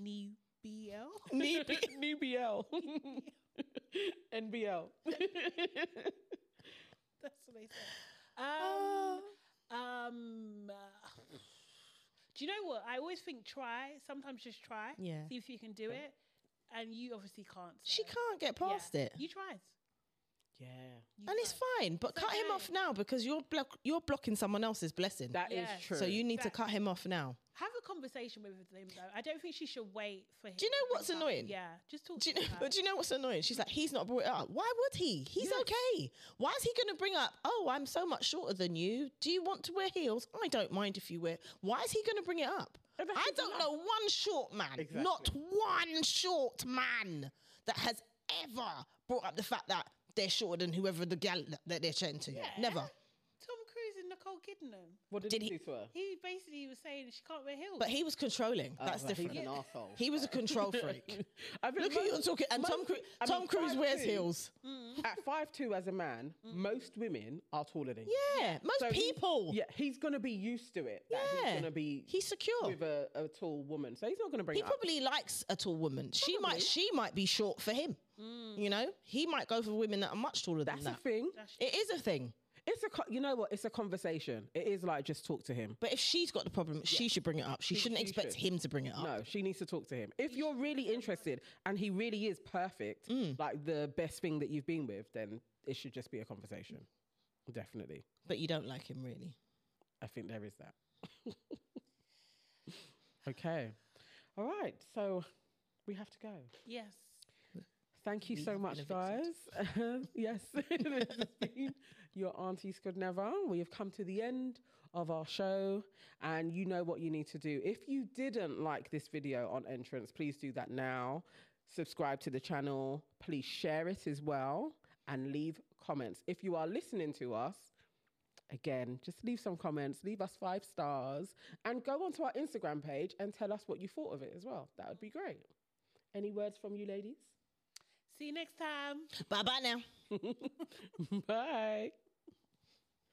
knee BL. New BL. NBL. That's what they said. Oh. Um, um, uh, do you know what? I always think try. Sometimes just try. Yeah. See if you can do it, and you obviously can't. She so- can't get Yeah. past it. You tried. yeah. You and it's tried. fine, but It's cut him okay. off now because you're block- you're blocking someone else's blessing. that is Yeah. true. so you need to Exactly. cut him off now. Have a conversation with him though. I don't think she should wait for him. you know to what's come. annoying? Yeah, just talk. Do you to know, her. but do you know what's annoying? She's like, he's not brought it up. Why would he? He's Yes. okay. Why is he going to bring up, oh, I'm so much shorter than you. Do you want to wear heels? I don't mind if you wear. Why is he going to bring it up? And that's I his don't life. know one short man, Exactly. not one short man that has ever brought up the fact that they're shorter than whoever the gal that they're chatting to. Never. Tom Cruise and Nicole Kidman. what did, did he he- do to her? He basically was saying she can't wear heels. But he was controlling. That's Oh, well, different. He's an asshole. He was a control freak. I mean, Look at you most- talking. And Tom, most- Cru- I mean, Tom Cruise wears 5'2" heels. At five two, as a man, most women are taller than you. Mm. Yeah, most So he's- people. yeah, he's gonna be used to it. that He's Yeah. gonna be He's secure. with a, a tall woman, so he's not gonna bring He it up. probably likes a tall woman. She might she might be short for him. You know, he might go for women that are much taller Mm. That's than a thing. that. It is a thing. It's a, co- you know what? It's a conversation. It is like just talk to him. But if she's got the problem, she should bring it up. She shouldn't she expect should. him to bring it up. No, she needs to talk to him. If you're really interested and he really is perfect, like the best thing that you've been with, then it should just be a conversation. Definitely. But you don't like him really. I think there is that. okay. All right. So we have to go. yes. Thank you We so have much, been guys. Um, evicted. yes, this has been your Auntie Could Never. We have come to the end of our show, and you know what you need to do. If you didn't like this video on entrance, please do that now. Subscribe to the channel. Please share it as well, and leave comments. If you are listening to us, again, just leave some comments, leave us five stars, and go onto our Instagram page and tell us what you thought of it as well. That would be great. Any words from you, ladies? See you next time. Bye bye now. Bye.